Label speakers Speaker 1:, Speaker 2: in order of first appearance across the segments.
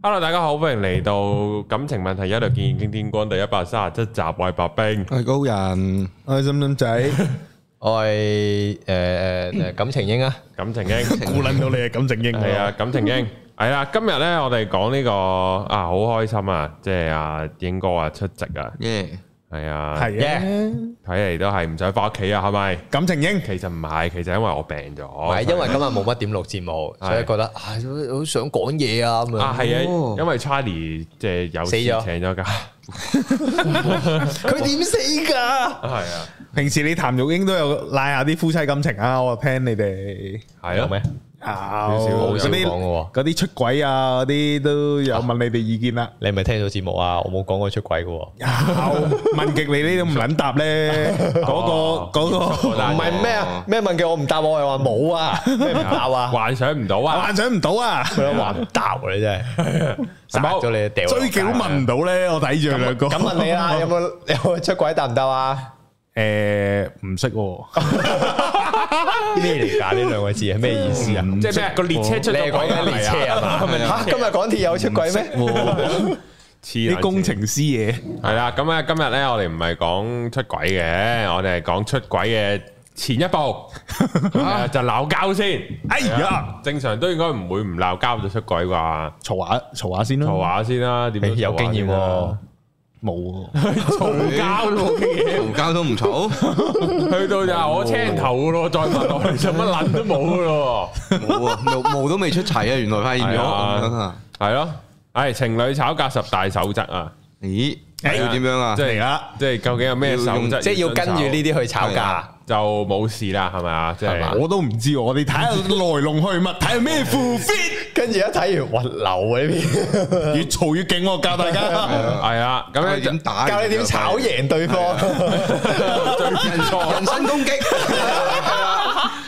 Speaker 1: Hello，大家好，歡迎嚟到感情問題一律建議傾天光第一百三十七集，我係白冰，
Speaker 2: 系高人，我系心心仔，
Speaker 3: 我係誒誒感情英啊，
Speaker 1: 感情英
Speaker 2: 估捻到你系感情英
Speaker 1: 係啊，，感情英係啦。今日咧，我哋講呢個啊，好開心啊，即係阿英哥啊出席啊，
Speaker 3: 耶！
Speaker 1: 係啊，
Speaker 2: 系啊，
Speaker 1: 睇嚟都係唔使翻屋企啊，係咪？
Speaker 2: 感情英
Speaker 1: 其實唔係，其實因為我病
Speaker 3: 唔係
Speaker 1: 咗，
Speaker 3: 因為今日冇乜點錄節目，
Speaker 1: 係
Speaker 3: 所以覺得啊好想講嘢啊咁
Speaker 1: 啊
Speaker 3: 樣。
Speaker 1: 係啊，
Speaker 2: 哦
Speaker 1: 因為 Charlie 即係有
Speaker 3: 死
Speaker 1: 事
Speaker 3: 咗
Speaker 1: 請咗假，係
Speaker 3: 佢點死㗎？
Speaker 1: 啊，
Speaker 2: 平時你譚玉英都有拉下啲夫妻感情啊，我聽你哋
Speaker 1: 係啊，？
Speaker 2: 啊，
Speaker 1: 少
Speaker 2: 嗰
Speaker 1: 少
Speaker 2: 啲
Speaker 3: 講嘅喎
Speaker 2: 嗰啲出軌啊，嗰啲都有問你哋意見啦。
Speaker 3: 你係咪聽到節目啊？我冇講過出軌嘅喎。
Speaker 2: 有問極你呢都唔捻答咧，嗰個嗰個
Speaker 1: 但係
Speaker 3: 唔係咩啊？咩問嘅我唔答，我係話冇啊，咩唔答啊？
Speaker 1: 幻想唔到啊，
Speaker 2: 幻想唔到啊，
Speaker 3: 佢話唔答啊你真係，殺咗你掉落街啊
Speaker 2: 追極都問唔到咧，我睇住兩個。
Speaker 3: 咁問你啦，有冇有冇出軌答唔答啊？
Speaker 2: 诶，唔識喎，
Speaker 3: 咩嚟㗎？呢兩個字係咩
Speaker 2: Ừ.
Speaker 3: 意思啊？
Speaker 2: 唔
Speaker 1: 即係咩個列車出
Speaker 3: 你係
Speaker 1: 咗
Speaker 3: 講
Speaker 1: 軌
Speaker 3: 緊列車啊嘛？嚇！今日港鐵有出軌咩？
Speaker 1: 黐
Speaker 2: 啲工程師嘢。
Speaker 1: 系啦，咁啊，今日咧，我哋唔係講出軌嘅，我哋係講出軌嘅前一 步，啊就鬧交先。
Speaker 2: 哎呀！
Speaker 1: 正常都應該唔會唔鬧交就出軌啩，
Speaker 2: 嘈下嘈下先啦，
Speaker 1: 嘈下先啦，點都
Speaker 3: 誒 有經驗喎。
Speaker 2: 冇
Speaker 1: 嘈下 先啦，嘈交都冇經驗，
Speaker 4: 嘈交都唔嘈，
Speaker 1: 去到就係我青頭噶咯，再問落去就乜撚都冇噶咯，
Speaker 4: 冇啊，毛毛都未出齊啊，原來發現咗
Speaker 1: 係啊
Speaker 4: 咁樣啊！
Speaker 1: 係咯，係情侶吵架十大守則啊，
Speaker 4: 咦，
Speaker 2: 哎
Speaker 4: 要點樣啊
Speaker 1: 即？係
Speaker 2: 嚟啦，
Speaker 1: 即係究竟有咩守
Speaker 4: 要
Speaker 1: 則？
Speaker 4: 用
Speaker 3: 即係要跟住呢啲去吵
Speaker 4: 係
Speaker 3: 架
Speaker 4: 啊。
Speaker 1: 就冇事啦，係咪啊？即
Speaker 4: 係
Speaker 1: 係
Speaker 4: 嘛。
Speaker 2: 我都唔知喎，我哋睇下來龍去脈，睇下咩副 fit，
Speaker 3: 跟住一睇完，哇流啊呢邊，
Speaker 2: 越嘈越勁，我教大家。
Speaker 1: 係啊，咁
Speaker 4: 咁
Speaker 1: 咧
Speaker 4: 你
Speaker 1: 就
Speaker 4: 點打？
Speaker 3: 教你點炒贏對方。
Speaker 4: 人人身攻 擊，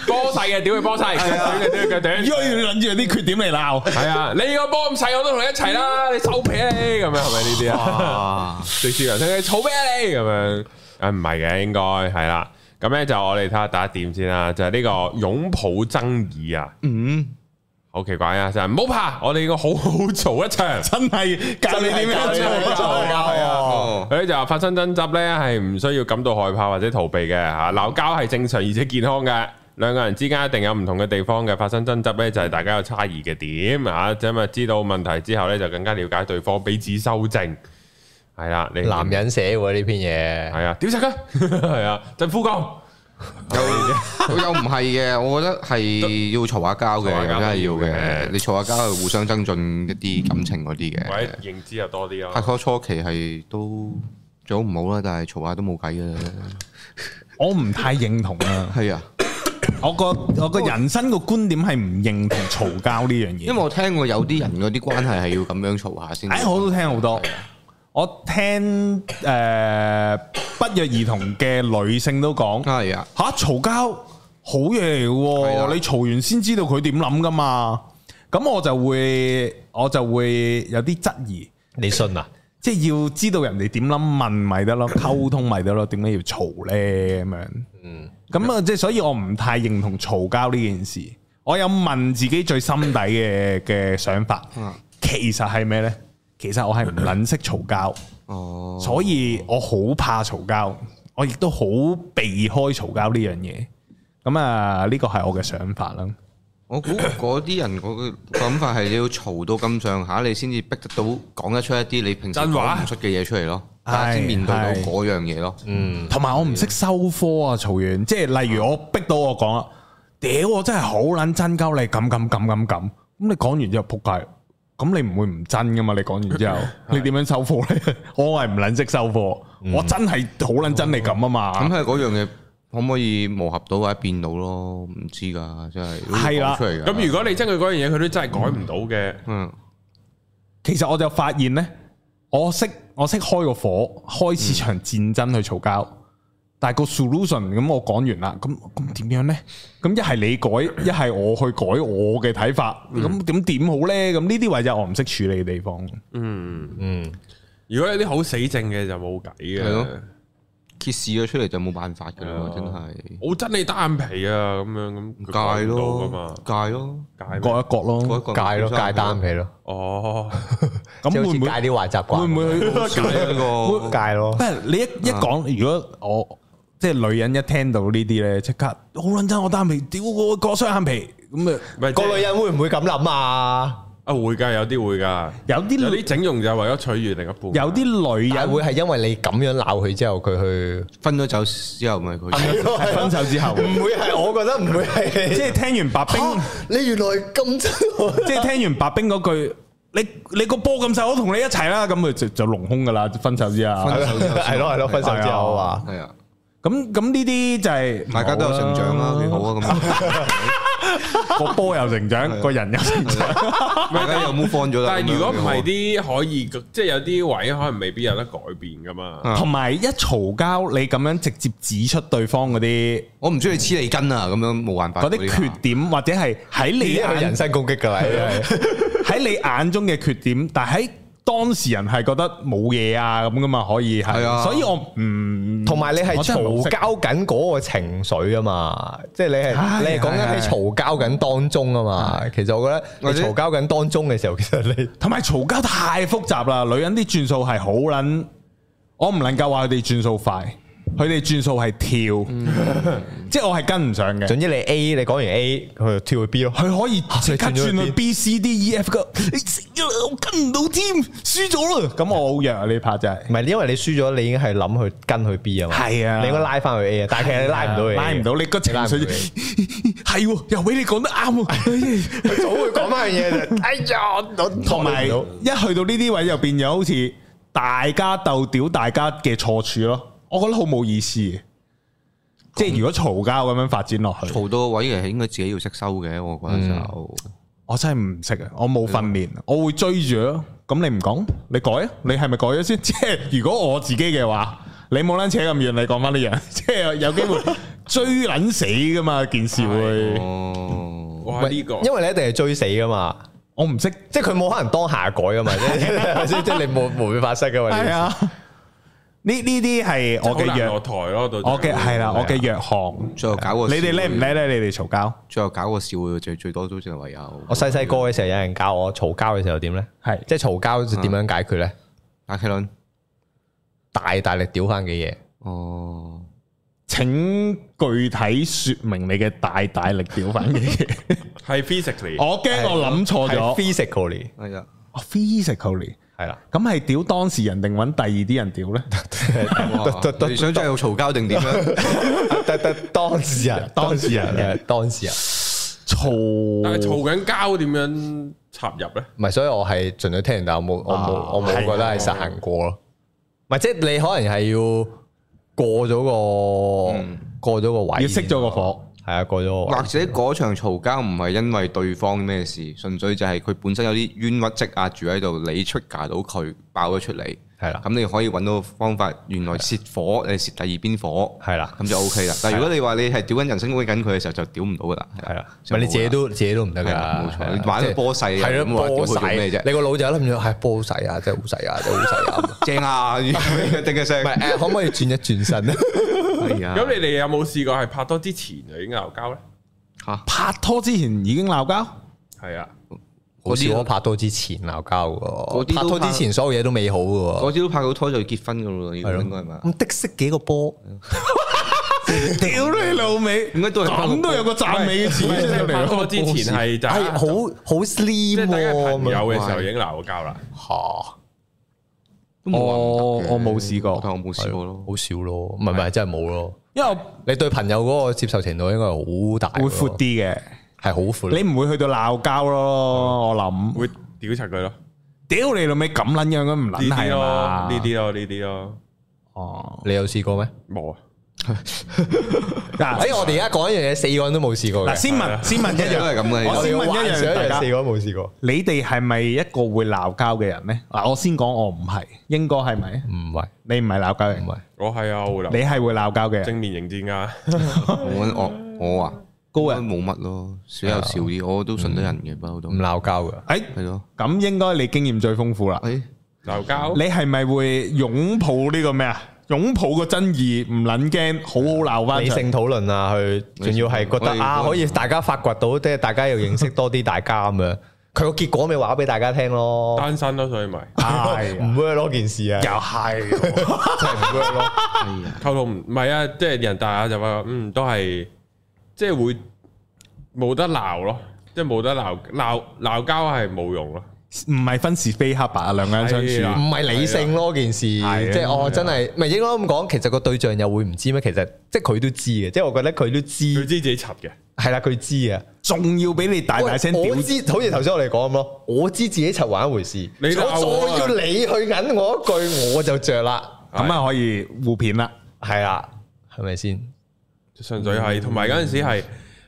Speaker 1: 波細嘅屌佢波細，短嘅屌佢腳短。
Speaker 2: 如果要諗住有啲缺點嚟鬧，
Speaker 1: 系啊，你個波咁細，我都同你一齊啦，你收皮啊你咁樣係咪呢啲啊？
Speaker 4: 啊，
Speaker 1: 直接人聽你嘈咩啊你咁樣？啊唔係嘅，應該係啦。咁咧就我哋睇下第一點先啦，就係呢個擁抱爭議啊，
Speaker 4: 嗯，
Speaker 1: 好奇怪啊！就係唔好怕，我哋要好好嘈一場。
Speaker 2: 真係教你點樣
Speaker 1: 教你點樣
Speaker 2: 嘈
Speaker 1: 嘈
Speaker 2: 啊！
Speaker 1: 係啊
Speaker 4: 哦，
Speaker 1: 佢就話發生爭執咧係唔需要感到害怕或者逃避嘅嚇，鬧交係正常而且健康嘅。兩個人之間一定有唔同嘅地方嘅發生爭執咧，就係大家有差異嘅點嚇，咁啊知道問題之後咧就更加了解對方，彼此修正。係啦，你
Speaker 3: 男人寫喎呢篇嘢，
Speaker 1: 係啊，屌柒佢係啊，振夫講
Speaker 4: 又又唔係嘅，我覺得係要嘈下交嘅，
Speaker 1: 嘈下交
Speaker 4: 真係
Speaker 1: 要
Speaker 4: 要
Speaker 1: 嘅
Speaker 4: 嘅。你嘈下交係互相增進一啲感情嗰啲
Speaker 1: 或者
Speaker 4: 嘅。
Speaker 1: 認知又啊多啲咯。
Speaker 4: 拍拖初期係都最好唔好啦，但係嘈下都冇計嘅。
Speaker 2: 我唔太認同啊，
Speaker 4: 係啊，
Speaker 2: 我個我個人生個觀點係唔認同嘈交呢樣
Speaker 4: 因為
Speaker 2: 嘢。
Speaker 4: 我聽過有啲人嗰啲關係係要咁樣嘈下先。
Speaker 2: 哎，我都聽好多，我聽誒不約而同嘅女性都講。
Speaker 4: 係啊。
Speaker 2: 吓嘈交好嘢
Speaker 4: 係
Speaker 2: 嚟嘅
Speaker 4: 啊
Speaker 2: 喎，你嘈完先知道佢點諗噶嘛。咁我就會我就會有啲質疑，
Speaker 3: 你信啊？
Speaker 2: 即係要知道人哋點諗問咪得咯，溝通咪得咯，點解要嘈呢？咁樣？
Speaker 3: 嗯，
Speaker 2: 咁啊，即係所以我唔太認同嘈交呢件事。我有問自己最心底嘅嘅想法
Speaker 4: 嗯，
Speaker 2: 其實係咩呢？其實我係唔撚識嘈交，
Speaker 4: 哦，
Speaker 2: 所以我好怕嘈交，我亦都好避開嘈交呢樣嘢。咁啊，呢個係我嘅想法啦。
Speaker 4: 我估 嗰啲人嗰個諗法係你要嘈到咁上下，你先至逼得到講得出一啲你平時
Speaker 1: 真話
Speaker 4: 講唔出嘅嘢出嚟咯，
Speaker 2: 係
Speaker 4: 大家先面對到嗰樣嘢咯。
Speaker 3: 嗯，
Speaker 2: 同埋我唔識收科啊，嘈完即係例如我逼到我講啦，啊屌我真係好撚真鳩你咁咁咁咁咁，咁你講完之後撲街，咁你唔會唔真噶嘛？你講完之後，你點樣收科呢？ 我係唔撚識收科，我真係好撚真你咁啊
Speaker 4: 咁
Speaker 2: 嘛。
Speaker 4: 係嗰樣嘢可唔可以磨合到或者變到咯？唔知㗎，真係
Speaker 2: 係啦
Speaker 4: 好難講出嚟㗎。
Speaker 1: 咁如果你真係嗰樣嘢，佢都真係改唔到嘅，
Speaker 4: 嗯
Speaker 2: 其實我就發現呢，我識我識開個火，開始場戰爭去嘈交。但係個 solution 咁我講完啦，咁咁點樣呢？咁一係你改，一係我去改我嘅睇法，咁點點好呢？咁呢啲位就我唔識處理嘅地方。
Speaker 1: 嗯，
Speaker 3: 嗯，
Speaker 1: 如果有啲好死症嘅就冇計嘅，
Speaker 4: 係咯揭示咗出嚟就冇辦法噶
Speaker 1: 哦
Speaker 4: 啦，真係
Speaker 1: 我真你單眼皮啊，咁樣咁佢
Speaker 4: 戒
Speaker 1: 改唔到噶嘛
Speaker 4: 咯，，戒 咯，
Speaker 1: 戒咩
Speaker 2: 割一割
Speaker 4: 割一
Speaker 2: 咯。
Speaker 4: 割
Speaker 3: 戒咯，戒單
Speaker 4: 嘅，
Speaker 3: 皮咯，
Speaker 1: 哦，
Speaker 2: 咁
Speaker 3: 即係
Speaker 2: 會
Speaker 3: 好似
Speaker 2: 唔會
Speaker 3: 戒啲壞習慣，
Speaker 2: 會唔會佢？
Speaker 4: 戒呢個
Speaker 3: 戒咯？
Speaker 2: 不係你一一講，如果我即係女人一聽到呢啲咧，即刻好撚憎我單眼皮，屌我割雙眼皮咁啊！
Speaker 1: 唔係
Speaker 3: 個
Speaker 1: 即係
Speaker 3: 女人會唔會咁諗啊？
Speaker 1: 啊會㗎，有啲會㗎，
Speaker 2: 有
Speaker 1: 有
Speaker 2: 啲
Speaker 1: 啲整容就係為咗取悦另一半，
Speaker 2: 有啲女
Speaker 3: 又
Speaker 2: 人
Speaker 3: 會係因為你咁樣鬧佢之後，佢去
Speaker 4: 分咗走之後咪佢
Speaker 3: 係咯
Speaker 2: 係分手之後
Speaker 3: 唔會係，我覺得唔 會係你
Speaker 2: 即係聽完白 冰。
Speaker 3: 你原來咁憎我，
Speaker 2: 即係聽完白冰嗰句，你你个波咁細，我同你一齊啦，咁佢就就隆胸噶啦，分手之啊。
Speaker 4: 分手之後
Speaker 3: 係咯係咯，分手之後啊，
Speaker 4: 係啊，
Speaker 2: 咁咁呢啲就係
Speaker 4: 大家都有成長啦，幾好 啊咁，
Speaker 2: 個波又成長，個人又成長。
Speaker 4: 大家又 move on 咗啦。
Speaker 1: 但係如果唔係
Speaker 4: 啲
Speaker 1: 啲可以，即係有啲位可能未必有得改變噶嘛。
Speaker 4: 啊
Speaker 2: 同埋一嘈交，你咁樣直接指出對方嗰啲
Speaker 4: 我唔中意黐你筋啊，咁樣冇辦法。啊
Speaker 2: 嗰啲缺點，或者係喺
Speaker 3: 呢
Speaker 2: 你
Speaker 3: 啲係
Speaker 2: 眼
Speaker 3: 人身攻擊㗎啦，呢啲 係
Speaker 2: 喺你眼中嘅缺點，但喺當事人係覺得冇嘢啊咁噶嘛，可以
Speaker 4: 係
Speaker 2: 係。
Speaker 4: 啊
Speaker 2: 所以我唔
Speaker 3: 同埋你係
Speaker 2: 我真係冇
Speaker 3: 嘈
Speaker 2: 識
Speaker 3: 交緊嗰個情緒啊嘛，即係你係
Speaker 2: 唉
Speaker 3: 你係講緊喺
Speaker 2: 係係
Speaker 3: 嘈交緊當中啊嘛。其實我覺得你
Speaker 4: 或者
Speaker 3: 嘈交緊當中嘅時候，其實你
Speaker 2: 同埋嘈交太複雜啦，女人啲轉數係好撚，我唔能夠話佢哋轉數快，佢哋轉數係
Speaker 3: 嗯
Speaker 2: 跳，即係我係跟唔上嘅。
Speaker 3: 總之你 A，你講完 A，佢就跳去 B 咯。
Speaker 2: 佢可以即刻
Speaker 3: 你啊轉咗去
Speaker 2: 轉去
Speaker 3: 邊
Speaker 2: B、C、D、E、F 噶，你死啦我跟唔到添，輸咗啦。咁我好弱啊呢 part 真係
Speaker 3: 唔，係，因為你輸咗，你已經係諗去跟去 B 啊嘛。
Speaker 2: 係啊
Speaker 3: 你應該拉翻去 A 啊，但係其實你拉唔到去 A 啊嘅，
Speaker 2: 拉唔到你個情
Speaker 3: 拉唔到
Speaker 2: 緒
Speaker 3: 你，
Speaker 2: 係喎，又俾你講得 啱喎。 哎
Speaker 3: 佢總會講翻樣嘢就，哎呀，我
Speaker 2: 同埋
Speaker 3: 我
Speaker 2: 一去到呢啲位又變咗好似大家鬥屌大家嘅錯處咯，我覺得好冇意思嘅。即係如果嘈交咁樣發展落去，
Speaker 4: 嘈到個位嘅，應該自己要識收嘅，我覺得就
Speaker 2: 我真係唔識啊！我冇訓練，我會追住咯。咁你唔講，你改啊？你係咪改咗先？即 係如果我自己嘅話，你冇撚扯咁遠，你講翻呢樣， 即係有機會追撚死噶嘛？件事
Speaker 3: 嗯
Speaker 2: 會，
Speaker 4: 哦。
Speaker 1: 哇！
Speaker 3: 喂
Speaker 1: 呢個
Speaker 3: 因為你一定係追死噶嘛，
Speaker 2: 我唔識。
Speaker 3: 即係佢冇可能當下改噶嘛， 即係即係即係你冇冇會發生噶嘛。
Speaker 2: 係
Speaker 3: 呢
Speaker 2: 啊，呢呢啲係我
Speaker 1: 好難
Speaker 2: 嘅
Speaker 1: 落
Speaker 2: 弱，
Speaker 1: 台咯，到
Speaker 2: 我嘅係啦，
Speaker 3: 係啊
Speaker 2: 我嘅弱項。
Speaker 4: 最後搞個
Speaker 2: 你哋
Speaker 4: 笑
Speaker 2: 叻唔叻咧？你哋嘈交
Speaker 4: 最後搞個笑會最最多都淨係唯有
Speaker 3: 我細細個嘅時候有人教我嘈交嘅時候點咧？
Speaker 2: 係
Speaker 3: 即係嘈交就點樣解決咧？
Speaker 4: 打茄輪
Speaker 3: 大大力屌翻嘅嘢，
Speaker 4: 哦，
Speaker 2: 請具體說明你嘅大大力屌反嘅嘢。
Speaker 1: 係 physically，
Speaker 2: 我驚我諗錯
Speaker 3: 係
Speaker 2: 咗。
Speaker 3: physically
Speaker 4: 係啊，
Speaker 2: 哦 physically
Speaker 3: 係啦，
Speaker 2: 咁係屌當事人定揾第二啲人屌咧？
Speaker 4: 哇
Speaker 3: 得得
Speaker 4: 你想真係有嘈交定點樣？
Speaker 3: 得得當事人，
Speaker 2: 當事人
Speaker 3: 係當事人。
Speaker 2: 嘈，
Speaker 1: 但係嘈緊交點樣插入咧？
Speaker 3: 唔係，所以我係盡量聽完，但我冇我冇
Speaker 2: 啊
Speaker 3: 我冇
Speaker 2: 係
Speaker 3: 覺得係實行過咯。唔係，即係你可能係要過咗個
Speaker 4: 嗯
Speaker 3: 過咗個位，
Speaker 2: 要熄咗個火。
Speaker 3: 係啊，過咗個
Speaker 4: 或
Speaker 3: 位。
Speaker 4: 者嗰場嘈交唔係因為對方咩事，純粹就係佢本身有啲冤屈積壓住喺度，你出架到佢爆咗出嚟，
Speaker 3: 係啊啦
Speaker 4: 咁你可以揾到方法，原來泄火，你泄第二邊火，
Speaker 3: 係啦
Speaker 4: 咁就 O K 啦。但係如果你話你係屌緊人生威緊佢嘅時候，就屌唔到噶啦，
Speaker 3: 係啦，唔
Speaker 4: 就
Speaker 3: 係
Speaker 4: 冇
Speaker 3: 你自己都自己都唔得㗎，
Speaker 4: 係啦冇錯
Speaker 3: 係啦
Speaker 4: 你玩到
Speaker 3: 即係
Speaker 4: 波細啊
Speaker 3: 係
Speaker 4: 咁話
Speaker 3: 咯，
Speaker 4: 屌
Speaker 3: 波
Speaker 4: 佢做咩
Speaker 3: 細
Speaker 4: 啫
Speaker 3: 你個腦就諗住係波細啊，真係好細啊，真係好細啊。
Speaker 4: 正啊，定嘅聲
Speaker 3: 唔，係誒，可唔可以轉一轉身咧？
Speaker 4: 係啊
Speaker 2: 哦
Speaker 1: 咁你哋有冇試過係拍拖之前就已經鬧交咧？
Speaker 4: 嚇
Speaker 2: 拍拖之前已經鬧交，
Speaker 1: 係啊，
Speaker 3: 好
Speaker 4: 嗰
Speaker 3: 少
Speaker 4: 啲
Speaker 3: 我拍拖之前鬧交㗎
Speaker 4: 嗰
Speaker 3: 喎，
Speaker 4: 啲
Speaker 3: 拍
Speaker 4: 都
Speaker 3: 拖之
Speaker 4: 拍
Speaker 3: 前所有嘢都美好㗎喎。
Speaker 4: 嗰啲都拍到拖就要結婚噶咯，應該
Speaker 3: 咯
Speaker 4: 係嘛？
Speaker 3: 咁的識幾個波？
Speaker 2: 屌你老味，
Speaker 4: 應該都係拍過
Speaker 2: 咁都有個讚美嘅詞出
Speaker 1: 即係
Speaker 2: 嚟
Speaker 1: 拍
Speaker 2: 咯
Speaker 1: 拖之前係就
Speaker 2: 哎
Speaker 3: 係好好
Speaker 1: 即
Speaker 3: slim
Speaker 1: 係大家係朋友
Speaker 3: 喎。
Speaker 1: 嘅時候已經鬧過交啦。
Speaker 3: 嚇！
Speaker 4: 都冇話唔得嘅
Speaker 2: 我我冇試過
Speaker 4: 但我冇試過咯。
Speaker 3: 好少咯，唔係唔係真係冇咯。
Speaker 2: 因為
Speaker 3: 你對朋友嗰個接受程度應該係好大
Speaker 2: 我
Speaker 3: 㗎
Speaker 2: 會闊
Speaker 3: 咯，
Speaker 2: 啲嘅，
Speaker 3: 係好闊。
Speaker 2: 你唔會去到鬧交咯。我諗，
Speaker 1: 會屌柒佢咯，
Speaker 2: 屌你老味咁撚樣咁唔
Speaker 1: 呢
Speaker 2: 撚
Speaker 1: 啲
Speaker 2: 係啊嘛
Speaker 1: 咯，呢啲咯，呢啲咯，
Speaker 2: 哦，
Speaker 3: 你有試過咩？
Speaker 1: 冇啊，
Speaker 2: 嗱
Speaker 3: 哎，我哋而家講一樣嘢，四個人都冇試過
Speaker 2: 嗱
Speaker 3: 嘅。
Speaker 2: 先問先問一
Speaker 4: 都係
Speaker 2: 樣，
Speaker 4: 咁嘅
Speaker 2: 我先問一
Speaker 3: 幻想
Speaker 2: 樣大家
Speaker 3: 四。個人冇試過，
Speaker 2: 你哋係咪一個會鬧交嘅人呢？嗱，我先講，我唔係，應該係咪？
Speaker 3: 唔係
Speaker 2: 你唔係鬧交嘅
Speaker 3: 唔
Speaker 2: 人，
Speaker 3: 係，
Speaker 1: 我係啊，我會
Speaker 2: 你
Speaker 1: 鬧，
Speaker 2: 係會鬧交嘅人。
Speaker 1: 正面迎戰噶，
Speaker 4: 我我我啊，
Speaker 2: 高人
Speaker 4: 冇乜咯，少有少啲，我都順得人嘅，不嬲都
Speaker 3: 唔鬧交 㗎。
Speaker 2: 誒，
Speaker 4: 係咯。
Speaker 2: 咁應該你經驗最豐富啦。
Speaker 4: 誒，
Speaker 1: 鬧交
Speaker 2: 你係咪會擁抱呢個咩啊？擁抱個爭議，唔撚驚，好好鬧翻
Speaker 3: 理
Speaker 2: 場。
Speaker 3: 性討論啊，佢仲要係覺
Speaker 4: 我哋
Speaker 3: 得啊，可以大家發掘到，即係大家又認識多啲大家咁樣。佢個結果咪話俾大家聽咯，
Speaker 1: 單身咯，所以咪
Speaker 3: 唔 work 咯件事啊，
Speaker 2: 又係
Speaker 3: 真係唔 work 咯。
Speaker 4: 哎呀，
Speaker 1: 溝通唔唔係啊，即係人大下就話嗯都係即係會冇得鬧咯，即係冇得鬧鬧鬧交係冇用咯。
Speaker 2: 唔係分是非黑白啊？兩個人相
Speaker 1: 係
Speaker 2: 處
Speaker 1: 啊
Speaker 3: 唔係理性咯，件事即
Speaker 2: 係啊
Speaker 3: 係
Speaker 2: 係啊
Speaker 3: 我真係唔係應該咁講，其實個對象又會唔知咩？其實即係佢都知嘅，即係我覺得佢都
Speaker 1: 佢
Speaker 2: 嗯
Speaker 3: 知
Speaker 1: 知自己柒嘅，
Speaker 3: 係啦，佢知嘅。
Speaker 2: 仲要俾你大大聲
Speaker 3: 喂
Speaker 2: 屌
Speaker 3: 我，知，好似頭先我哋講咁咯，我知自己柒玩一回事，
Speaker 1: 你鬧
Speaker 3: 我
Speaker 1: 我啊
Speaker 3: 我要你去揞我一句，我就着啦，
Speaker 2: 咁啊可以互片啦。
Speaker 3: 係啦，係咪先？
Speaker 1: 純粹
Speaker 2: 嗯
Speaker 1: 係同埋嗰陣時係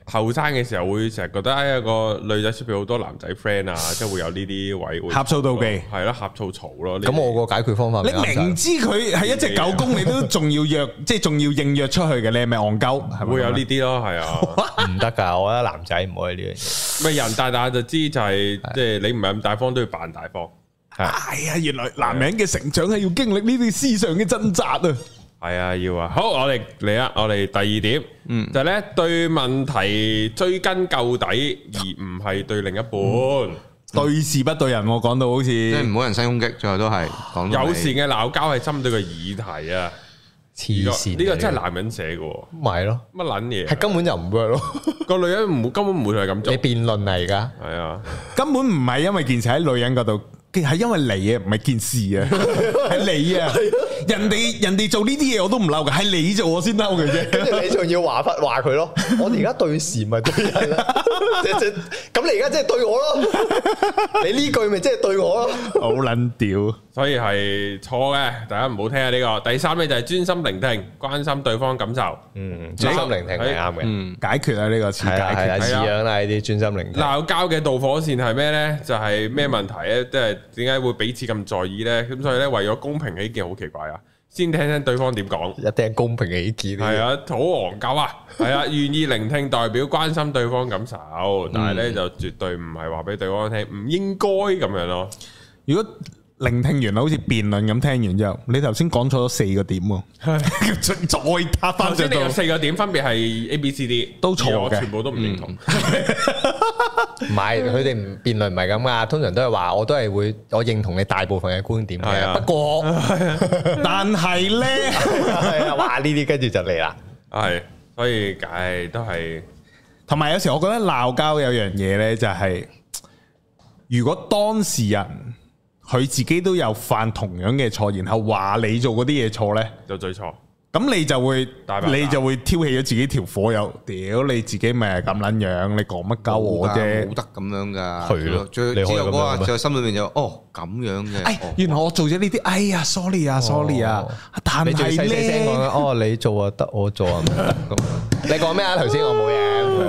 Speaker 1: 後生嘅時候會成日覺得哎呀個女仔出邊好多男仔 friend 啊，即係會有呢啲位會
Speaker 2: 呷醋妒忌
Speaker 1: 係咯，呷醋嘈咯。呢啲
Speaker 3: 咁我個解決方法咪
Speaker 2: 你
Speaker 3: 啱晒
Speaker 2: 明知佢係一隻狗公，你都仲要約，即係仲要應約出去嘅，你係咪戇鳩？係咪
Speaker 1: 會有呢啲咯，係 啊，
Speaker 3: 唔得㗎，我覺得男仔唔可以呢樣嘢。
Speaker 1: 咪人大大就知就係即係你唔係咁大方都要扮大方，
Speaker 2: 係啊，原來男人嘅成長係要經歷呢啲思想嘅掙扎啊！
Speaker 1: 係啊要啊。好，我哋嚟啦，我哋第二點，嗯，就係咧對問題追根究底，而唔係對另一
Speaker 3: 嗯
Speaker 1: 半。
Speaker 2: 對事不對人喎，講到好
Speaker 4: 即係
Speaker 2: 似
Speaker 4: 唔好人身攻擊，最後都係講到
Speaker 3: 啊
Speaker 1: 友
Speaker 4: 尾
Speaker 1: 善嘅鬧交係針對個議題啊，呢
Speaker 3: 黐
Speaker 1: 個
Speaker 3: 線啊，
Speaker 1: 呢個真係男人寫嘅喎，
Speaker 3: 咪咯，
Speaker 1: 乜撚嘢啊
Speaker 3: 係？根本就唔 work 咯。
Speaker 1: 個女人唔根本唔會係咁做
Speaker 3: 你，辯論嚟㗎，
Speaker 1: 係啊，
Speaker 2: 根本唔係因為件事喺女人嗰度，係因為你啊，唔係件事啊，係你啊！人哋人哋做呢啲嘢我都唔嬲嘅，係你做我先嬲嘅 啫。
Speaker 3: 跟住你仲要話翻話佢咯。我哋而家對事咪對人啦， 即係即係咁你而家即係對我咯。你呢句咪即係對我咯。
Speaker 2: 好撚屌！
Speaker 1: 所以係錯嘅，大家唔好聽啊呢個。第三咧就係專心聆聽，關心對方感受。
Speaker 3: 嗯，專心聆聽係啱嘅，
Speaker 4: 嗯，
Speaker 2: 解決啊呢個詞
Speaker 3: 係啦係
Speaker 2: 解
Speaker 3: 啦，
Speaker 2: 決
Speaker 3: 似樣啦呢啲專心聆聽。
Speaker 1: 鬧交嘅導火線係咩呢？就係咩問題呢？即係點解會彼此咁在意呢？咁所以呢，為咗公平起見，好奇怪啊！先聽聽對方點講，
Speaker 3: 一定係公平嘅意見。
Speaker 1: 係，啊，好戇鳩啊，係 啊，願意聆聽代表關心對方感受，但係呢，就絕對唔係話俾對方聽唔應該咁樣咯。
Speaker 2: 如果聆聽完啦，好似辯論咁聽完之後，你頭先講錯咗四個點喎， 再再搭
Speaker 1: 頭
Speaker 2: 翻上
Speaker 1: 先你
Speaker 2: 度
Speaker 1: 有，四個點，分別係 A、B、C、D，
Speaker 2: 都錯嘅
Speaker 1: 而我全部都唔認同。
Speaker 3: 唔係佢哋唔辯論唔係咁噶，通常都係話我都係會我認同你大部分嘅觀點
Speaker 1: 係啊
Speaker 3: 嘅，不過
Speaker 2: 但係呢，
Speaker 3: 係啊，哇呢啲跟住就嚟啦。
Speaker 1: 係，所以唉都係
Speaker 2: 同埋有時我覺得鬧交有樣嘢呢，就係如果當事人佢自己都有犯同樣嘅錯，然後話你做嗰啲嘢錯呢。
Speaker 1: 就最錯。
Speaker 2: 咁你就會
Speaker 1: 大白，眼
Speaker 2: 你就會挑起咗自己條火友，屌你自己咪係咁撚樣，你講乜鳩我啫
Speaker 4: 冇？得咁樣㗎，
Speaker 3: 係咯
Speaker 4: 最
Speaker 3: 你可以
Speaker 4: 之
Speaker 3: 咁樣
Speaker 4: 後嗰
Speaker 3: 咩
Speaker 4: 下，最後心裏面就哦咁樣嘅，
Speaker 2: 哎
Speaker 4: 哦，
Speaker 2: 原來我做咗呢啲，哎呀，sorry 啊，sorry 啊
Speaker 3: 哦，
Speaker 2: 但
Speaker 3: 你最
Speaker 2: 係
Speaker 3: 細細 聲講
Speaker 2: 咧，
Speaker 3: 哦，你做啊得，我做啊唔得咁。你講咩啊？頭先我冇嘢。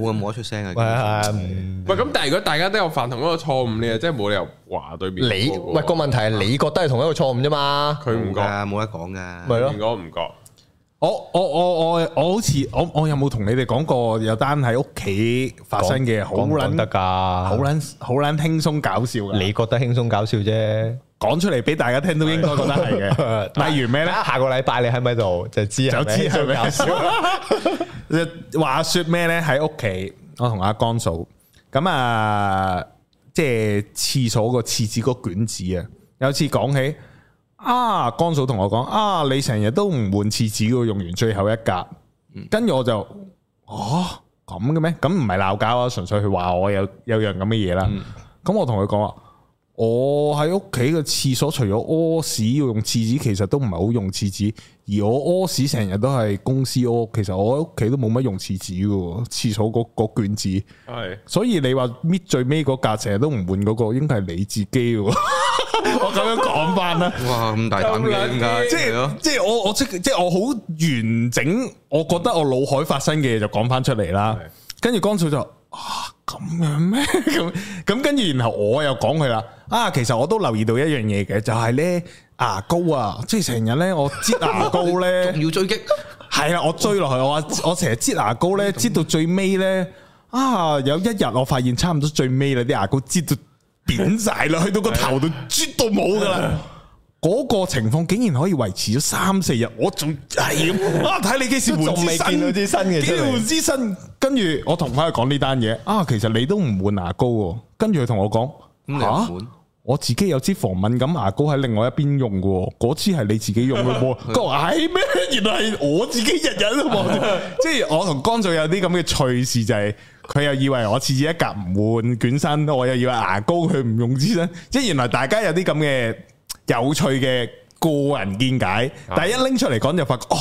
Speaker 4: 冇啊冇得出聲
Speaker 3: 喂，
Speaker 4: 啊，
Speaker 3: 啊唔
Speaker 1: 喂，咁但係如果大家都有犯同一個錯誤，你又真係冇理由話對面
Speaker 3: 你喂個問題係你覺得係同一個錯誤啫嘛？
Speaker 1: 佢唔
Speaker 4: 冇
Speaker 1: 覺，
Speaker 4: 㗎，冇得講㗎，
Speaker 3: 咪咯
Speaker 1: 如，果唔覺，
Speaker 2: 我我我我我好似我我有冇同你哋講過有單喺屋企發生嘅好
Speaker 3: 講唔講得
Speaker 2: 撚
Speaker 3: 㗎，
Speaker 2: 好撚好撚輕鬆搞笑嘅，
Speaker 3: 你覺得輕鬆搞笑啫。
Speaker 2: 講出嚟俾大家聽都應該覺得係嘅。例如咩
Speaker 3: 睇
Speaker 2: 咧？
Speaker 3: 下下個禮拜你喺咪度就知
Speaker 2: 就
Speaker 3: 係咪
Speaker 2: 知係咪
Speaker 3: 輕鬆搞笑。
Speaker 2: 就 話說咩咧？喺屋企，我同阿江嫂咁啊，即係廁所個廁紙個卷紙啊，有次講起啊，江嫂同我講啊，你成日都唔換廁紙嘅，用完最後一格，跟住我就哦咁嘅咩？咁唔係鬧交啊，純粹佢話我有有樣咁嘅嘢啦。咁我同佢講話。我喺屋企嘅廁所，除咗屙屎要用廁紙，其實都唔係好用廁紙。而我屙屎成日都係公司屙，其實我喺屋企都冇乜用廁紙嘅喎，廁所嗰嗰卷紙。
Speaker 1: 係
Speaker 2: 所以你話搣最尾嗰格成日都唔換嗰個，應該係你自己嘅喎。我咁樣講翻啦，
Speaker 4: 哇咁大膽嘅點解？
Speaker 2: 即
Speaker 4: 係咯
Speaker 2: 係即係我我即即係我好完整，我覺得我腦海發生嘅嘢就講翻出嚟啦。跟住江嫂就啊咁樣咩？ 咁咁跟住然後我又講佢啦。啊，其實我都留意到一樣嘢嘅，就係咧牙膏啊，即係成日咧我擠牙膏 咧。
Speaker 4: 仲要追擊，
Speaker 2: 系啊啦，我追落去，我話我成日擠牙膏
Speaker 3: 嗯
Speaker 2: 咧，擠到最尾咧，啊有一日我發現差唔
Speaker 3: 嗯
Speaker 2: 多最尾啦，啲牙膏擠到扁晒啦，去到個頭度啜到冇噶啦，嗰個情況竟然可以維持咗三四日，我仲係咁啊！睇你幾時換
Speaker 3: 都仲
Speaker 2: 支
Speaker 3: 未
Speaker 2: 新，
Speaker 3: 見到支新嘅出
Speaker 2: 幾
Speaker 3: 嚟
Speaker 2: 時換支新？跟住我同翻佢講呢單嘢啊，其實你都唔換牙膏喎。跟住佢同我講
Speaker 4: 你
Speaker 2: 吓
Speaker 4: 唔換
Speaker 2: 我自己有支防敏感牙膏喺另外一邊用嘅喎，嗰支係你自己用嘅 喎。佢話係咩？原來係我自己日日 都望住。即係我同江總有啲咁嘅趣事就係、佢又以為我次次一格唔換卷身，我又以為牙膏佢唔用支身，即係原來大家有啲咁嘅有趣嘅個人見解，但係一拎出嚟講就發覺哦，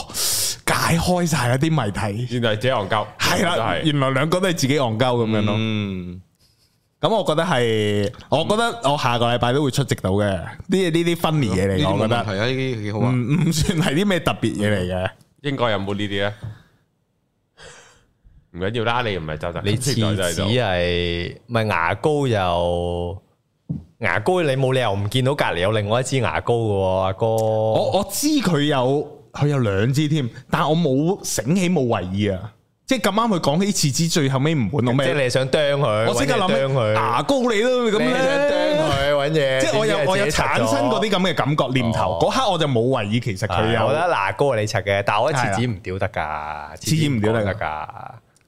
Speaker 2: 解開晒一啲謎題，
Speaker 1: 原來自己戇鳩，
Speaker 2: 係
Speaker 1: 真
Speaker 2: 啦，
Speaker 1: 係
Speaker 2: 原來兩個都係自己戇鳩咁樣咯。
Speaker 4: 嗯，
Speaker 2: 咁我覺得係，我覺
Speaker 3: 嗯
Speaker 2: 得我下個禮拜都會出席到嘅，呢呢啲 funny 嘢
Speaker 4: 呢
Speaker 2: 嚟
Speaker 4: 啲
Speaker 2: 嘅，我
Speaker 4: 冇
Speaker 2: 覺
Speaker 4: 問題
Speaker 2: 得
Speaker 4: 啊，呢啲幾好
Speaker 2: 唔
Speaker 4: 啊。
Speaker 2: 唔算係啲咩特別嘢嚟
Speaker 3: 嗯
Speaker 2: 嘅。
Speaker 1: 英國有冇呢啲咧？唔緊要啦，你唔係就就
Speaker 3: 你廁紙係咪牙膏又牙膏？你冇理由唔見到隔離有另外一支牙膏嘅喎，阿哥。
Speaker 2: 我我知佢有佢有兩支添，但我冇醒起冇為意啊，即係咁啱佢講起廁紙最後尾唔換我
Speaker 3: 即係
Speaker 2: 咩？
Speaker 3: 你想啄佢，
Speaker 2: 我即刻
Speaker 3: 搵嘢啄
Speaker 2: 諗起
Speaker 3: 佢，
Speaker 2: 牙膏你都會咁
Speaker 3: 你係想啄
Speaker 2: 咧，
Speaker 3: 佢揾 嘢。
Speaker 2: 即係我有我有
Speaker 3: 點知係自
Speaker 2: 產
Speaker 3: 己
Speaker 2: 生嗰
Speaker 3: 拆咗
Speaker 2: 啲咁嘅感覺念頭，
Speaker 3: 哦
Speaker 2: 嗰刻我就冇為意，其實佢
Speaker 3: 係我覺
Speaker 2: 有
Speaker 3: 得牙膏係你拆嘅，但係我覺得廁
Speaker 2: 係
Speaker 3: 紙唔屌得㗎，廁
Speaker 2: 紙唔屌得㗎
Speaker 3: 講㗎。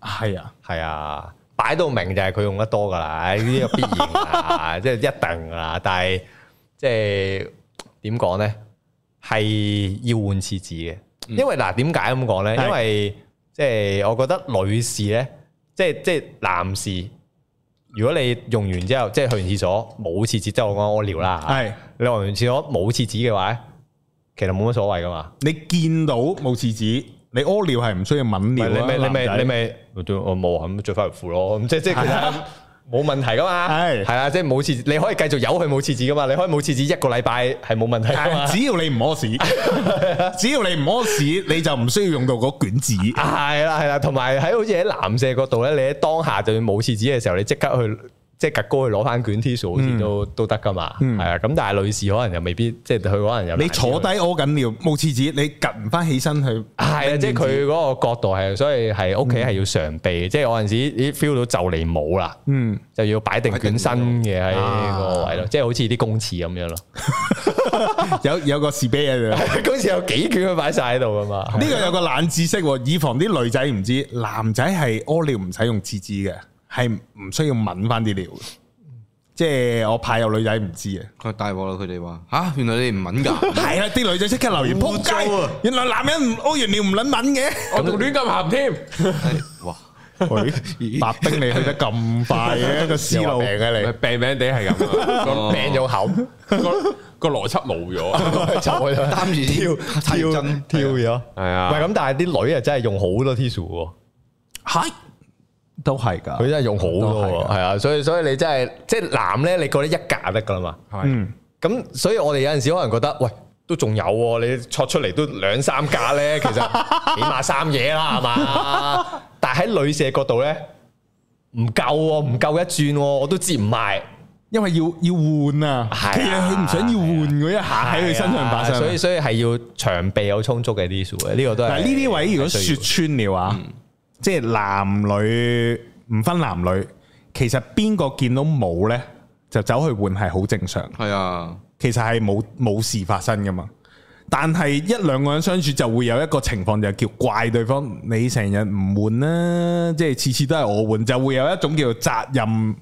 Speaker 2: 係啊，
Speaker 3: 係啊，擺到明就係佢用得多噶啦，呢個必然 啊，即係一定噶啦。但係即係點講咧，係要換廁紙嘅，因為嗱點解咁講咧？
Speaker 2: 嗯係
Speaker 3: 因為即係我覺得女士咧，即係即係男士，如果你用完之後，即係去完廁所冇廁紙，即係我講屙尿啦，
Speaker 2: 係
Speaker 3: 你用完廁所冇廁紙嘅話咧，其實冇乜所謂噶嘛。
Speaker 2: 你見到冇廁紙，你屙尿係唔需要抿
Speaker 3: 唔
Speaker 2: 尿
Speaker 3: 係你
Speaker 2: 啊
Speaker 3: 咪你
Speaker 2: 男
Speaker 3: 咪
Speaker 2: 仔
Speaker 3: 你咪，我冇啊，咁着翻條褲咯，咁 即即係其實冇問題噶嘛，
Speaker 2: 啊係
Speaker 3: 係啊，即係冇廁紙，你可以繼續有佢冇廁紙噶嘛，你可以冇廁紙一個禮拜係冇問題 噶嘛，
Speaker 2: 啊只要你唔屙 屎，只要你唔屙屎，你就唔需要用到嗰卷紙。
Speaker 3: 係啦係啦，同埋喺好似喺男社角度咧，你喺當下就算冇廁紙嘅時候，你即刻去。即係格哥去攞翻卷 tissue 好似都都得噶嘛，係啊，咁但係女士可能又未必，即係佢可能又
Speaker 2: 你坐低屙緊尿，冇廁紙，你趌唔翻起身去，
Speaker 3: 係啊，即係佢嗰個角度係，所以係屋企係要常備，即係我有陣時咦 feel 到就嚟冇啦，
Speaker 2: 嗯，
Speaker 3: 就要擺定卷身嘅喺個位咯，即係好似啲公廁咁樣咯。
Speaker 2: 有有個士啤喺度。
Speaker 3: 公廁有幾卷佢擺晒喺度噶嘛？
Speaker 2: 呢個有個冷知識喎，以防啲女仔唔知，男仔係屙尿唔使用廁紙嘅，係唔需要抿翻啲尿嘅。即係我怕有女仔唔知啊。
Speaker 4: 佢大鑊啦！佢哋話吓，原來你唔敏㗎。
Speaker 2: 係啊，啲女仔即刻留言
Speaker 4: 污
Speaker 2: 撲
Speaker 4: 糟啊
Speaker 2: 街，原來男人唔屙完尿唔撚抿嘅。
Speaker 1: 我仲亂咁鹹添，
Speaker 4: 係哇！
Speaker 2: 喂，白冰你去得咁快嘅個思
Speaker 3: 有
Speaker 2: 路
Speaker 3: 病。嘅
Speaker 1: 咪
Speaker 3: 你，
Speaker 1: 病病地係咁啊
Speaker 4: 哦
Speaker 3: 病咗口，
Speaker 1: 個，個個邏輯冇咗。
Speaker 3: 就喺度
Speaker 4: 擔住
Speaker 3: 跳
Speaker 4: 太
Speaker 3: 跳
Speaker 4: 真
Speaker 3: 跳咗。
Speaker 1: 係啊
Speaker 3: 唔係咁，但係啲女啊真係用好多 tissue 喎，
Speaker 2: 係都係噶，
Speaker 3: 佢真係用好多
Speaker 2: 啊都係
Speaker 3: 喎，
Speaker 2: 㗎
Speaker 3: 係啊，所以所以你真係即係男咧，你覺得一格得噶啦嘛。
Speaker 1: 係
Speaker 2: 嗯，
Speaker 3: 咁所以我哋有陣時可能覺得，喂，都仲有喎，你戳出嚟都兩三格 咧，其實起碼三嘢啦，係嘛？但係喺女士嘅角度咧，唔夠喎，唔夠一轉喎，我都接唔埋，
Speaker 2: 因為要要換啊，
Speaker 3: 係啊
Speaker 2: 其實佢唔想要換嗰一下喺佢身上發
Speaker 3: 係啊
Speaker 2: 生。
Speaker 3: 所以所以係要長備有充足嘅 tissue 嘅，呢個都係
Speaker 2: 嗱呢啲位如果
Speaker 3: 係
Speaker 2: 説
Speaker 3: 需要嗯
Speaker 2: 穿了啊，即係男女唔分男女，其實邊個見到冇呢，就走去換係好正常，
Speaker 4: 係啊，
Speaker 2: 其實係冇冇事發生噶嘛。但係一兩個人相處就會有一個情況就係叫怪對方，你成日唔換啦，即係次次都係我換，就會有一種叫做責任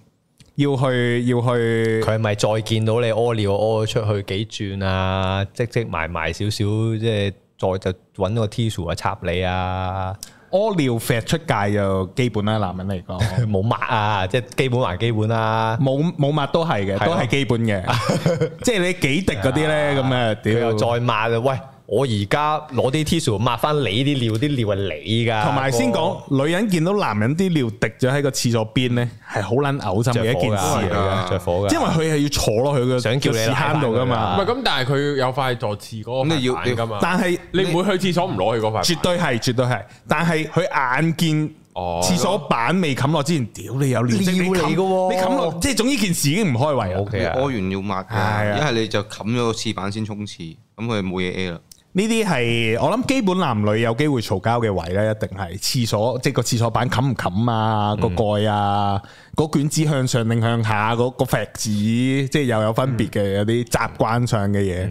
Speaker 2: 要去要去
Speaker 3: 佢係咪再見到你屙尿屙咗出去幾轉啊？積積埋埋少少，即係再就揾個 tissue 啊插你啊！
Speaker 2: 屙尿瀉出界就基本啦，男人嚟講。
Speaker 3: 冇抹啊，即係基本還基本啦、
Speaker 2: 冇冇抹都係嘅，
Speaker 3: 係咯
Speaker 2: 都係基本嘅， 即係你幾滴嗰啲咧，咁啊，
Speaker 3: 佢
Speaker 2: 屌
Speaker 3: 又再抹啊！喂，我而家攞啲 tissue 抹翻你啲尿，啲尿係你噶。
Speaker 2: 同埋先
Speaker 3: 嗰
Speaker 2: 講，女人見到男人啲尿滴咗喺個廁所邊咧，係好撚嘔心
Speaker 3: 個
Speaker 2: 嘅一件
Speaker 3: 着火㗎
Speaker 2: 事嚟嘅，
Speaker 4: 㗎
Speaker 3: 着火㗎。
Speaker 2: 因為佢係要坐落去個
Speaker 3: 想叫你
Speaker 2: 個屎
Speaker 3: 拉
Speaker 2: 坑度噶
Speaker 1: 唔
Speaker 2: 嘛
Speaker 3: 返佢，
Speaker 1: 係咁，但係佢有塊坐廁嗰
Speaker 4: 咁
Speaker 1: 個
Speaker 4: 你要
Speaker 1: 塊板㗎嘛？
Speaker 2: 但係
Speaker 1: 你唔會去廁所唔攞佢嗰塊板？
Speaker 2: 絕對係，絕對係，但係佢眼見。
Speaker 1: 哦
Speaker 2: 廁所板未冚落之前，屌你有尿跡
Speaker 3: 尿嚟
Speaker 2: 冚
Speaker 3: 㗎喎
Speaker 2: 你冚落，即係總之件事已經唔開胃啦
Speaker 3: O。K
Speaker 4: 你
Speaker 3: 啊
Speaker 4: 屙，完要抹㗎
Speaker 2: 係啊
Speaker 4: 一係你就冚咗個廁板先沖廁，咁佢冇嘢 A 啦。
Speaker 2: 呢啲係我諗基本男女有機會嘈交嘅位咧，一定係廁所，即係個廁所板冚唔冚啊，
Speaker 3: 嗯
Speaker 2: 個蓋啊，嗰卷紙向上
Speaker 3: 嗯
Speaker 2: 定向下，嗰個痱紙，即係又有分別嘅，有啲習慣上嘅嘢。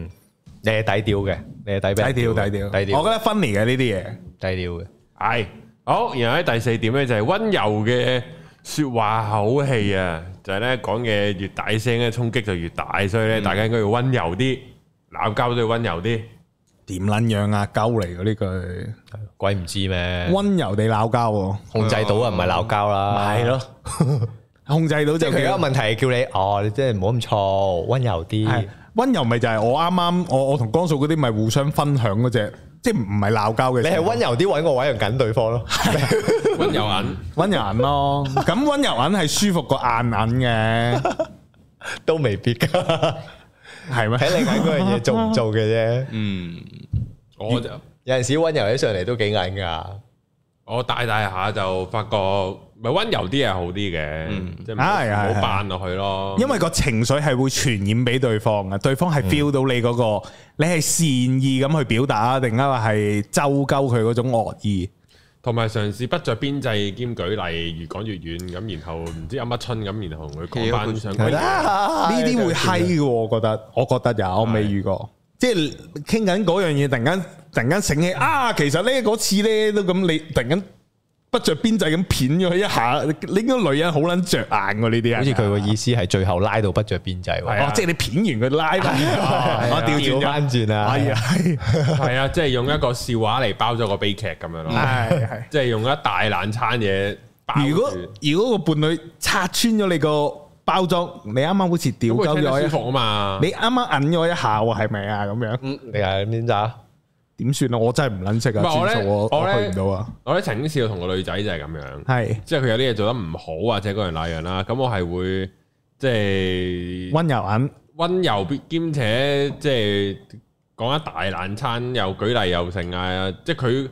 Speaker 3: 你係低調嘅，你係嗯低
Speaker 2: 低調
Speaker 3: 調嘅
Speaker 2: 低調，
Speaker 3: 低調
Speaker 2: 我覺得 funny 嘅呢啲嘢，
Speaker 3: 低調嘅。
Speaker 1: 系好，然後咧第四點咧就係温柔嘅说話口氣啊，就係咧講嘢越大聲咧衝擊就越大，所以咧大家應該要温柔啲，鬧交都要温柔啲。
Speaker 2: 點撚樣啊？鳩嚟嘅呢句，
Speaker 3: 鬼唔知咩？
Speaker 2: 温柔地鬧交喎，
Speaker 3: 控制到啊，唔係鬧交啦。係咯，
Speaker 2: 控制到
Speaker 3: 即
Speaker 2: 就
Speaker 3: 係佢而家
Speaker 2: 叫
Speaker 3: 問題係叫你哦，你真係唔好咁燥，温柔啲
Speaker 2: 係。温柔，咪就係我啱啱我我同江素嗰啲咪互相分享嗰只，即係唔係鬧交嘅
Speaker 3: 你
Speaker 2: 時候。
Speaker 3: 係温柔啲揾個位用緊對方咯。
Speaker 1: 温柔銀
Speaker 2: 温柔銀咯，咁温柔銀係舒服過硬銀嘅，
Speaker 3: 都未必 噶，
Speaker 2: 係咩？
Speaker 3: 睇你揀嗰樣嘢做唔做嘅啫。
Speaker 4: 嗯，
Speaker 1: 我就
Speaker 3: 有陣時温柔起上嚟都幾硬噶，
Speaker 1: 我大大下就發覺咪温柔啲係好啲嘅，即係唔好
Speaker 2: 係係
Speaker 1: 唔好扮落去咯。
Speaker 2: 因為個情緒係會傳染俾對方嘅，對方
Speaker 3: 嗯
Speaker 2: 係 feel 到你嗰、個，你係善意咁去表達，啊定係話係周鳩佢嗰種惡意？
Speaker 1: 同埋嘗試不着邊際兼舉例，越講越遠咁，然後唔知有乜春咁，然後同佢講翻想講
Speaker 2: 係
Speaker 1: 嘅嘢。
Speaker 2: 啦，呢啲會閪嘅喎，我覺得，我覺得有，我未遇過，即係傾緊嗰樣嘢，突然間突然間醒起啊，其實咧嗰次咧都咁，你突然間不着邊際咁片咗佢一下，你應該女人好撚着眼喎呢啲人，
Speaker 3: 好似佢個意思係最後拉到不着邊際喎。
Speaker 2: 哦，即係你片完佢拉 翻，我調轉
Speaker 3: 調
Speaker 2: 咗，
Speaker 3: 翻轉啊！
Speaker 2: 係啊，係
Speaker 1: 係啊，即係用一個笑話嚟包咗個悲劇咁樣咯，
Speaker 2: 係係。
Speaker 1: 即係用一大爛餐嘢包住。
Speaker 2: 如果如果個伴侶拆穿咗你個包裝，你啱啱好似屌
Speaker 1: 咁佢
Speaker 2: 鳩
Speaker 1: 聽
Speaker 2: 咗
Speaker 1: 得舒
Speaker 2: 一
Speaker 1: 服啊嘛。
Speaker 2: 你啱啱揞咗一下喎，係咪啊？咁樣
Speaker 3: 嗯，你係點咋？
Speaker 2: 點算啊？我真係唔撚識
Speaker 1: 唔係我
Speaker 2: 啊，
Speaker 1: 呢
Speaker 2: 算數我
Speaker 1: 我
Speaker 2: 我
Speaker 1: 呢
Speaker 2: 去唔到啊。
Speaker 1: 我咧曾經試過同個女仔就係咁樣，
Speaker 2: 係
Speaker 1: 即係佢有啲嘢做得唔好或者嗰樣那樣啦，咁我係會即係
Speaker 2: 温柔揞，
Speaker 1: 温柔兼且即係講一大爛餐，又舉例又成啊，即係佢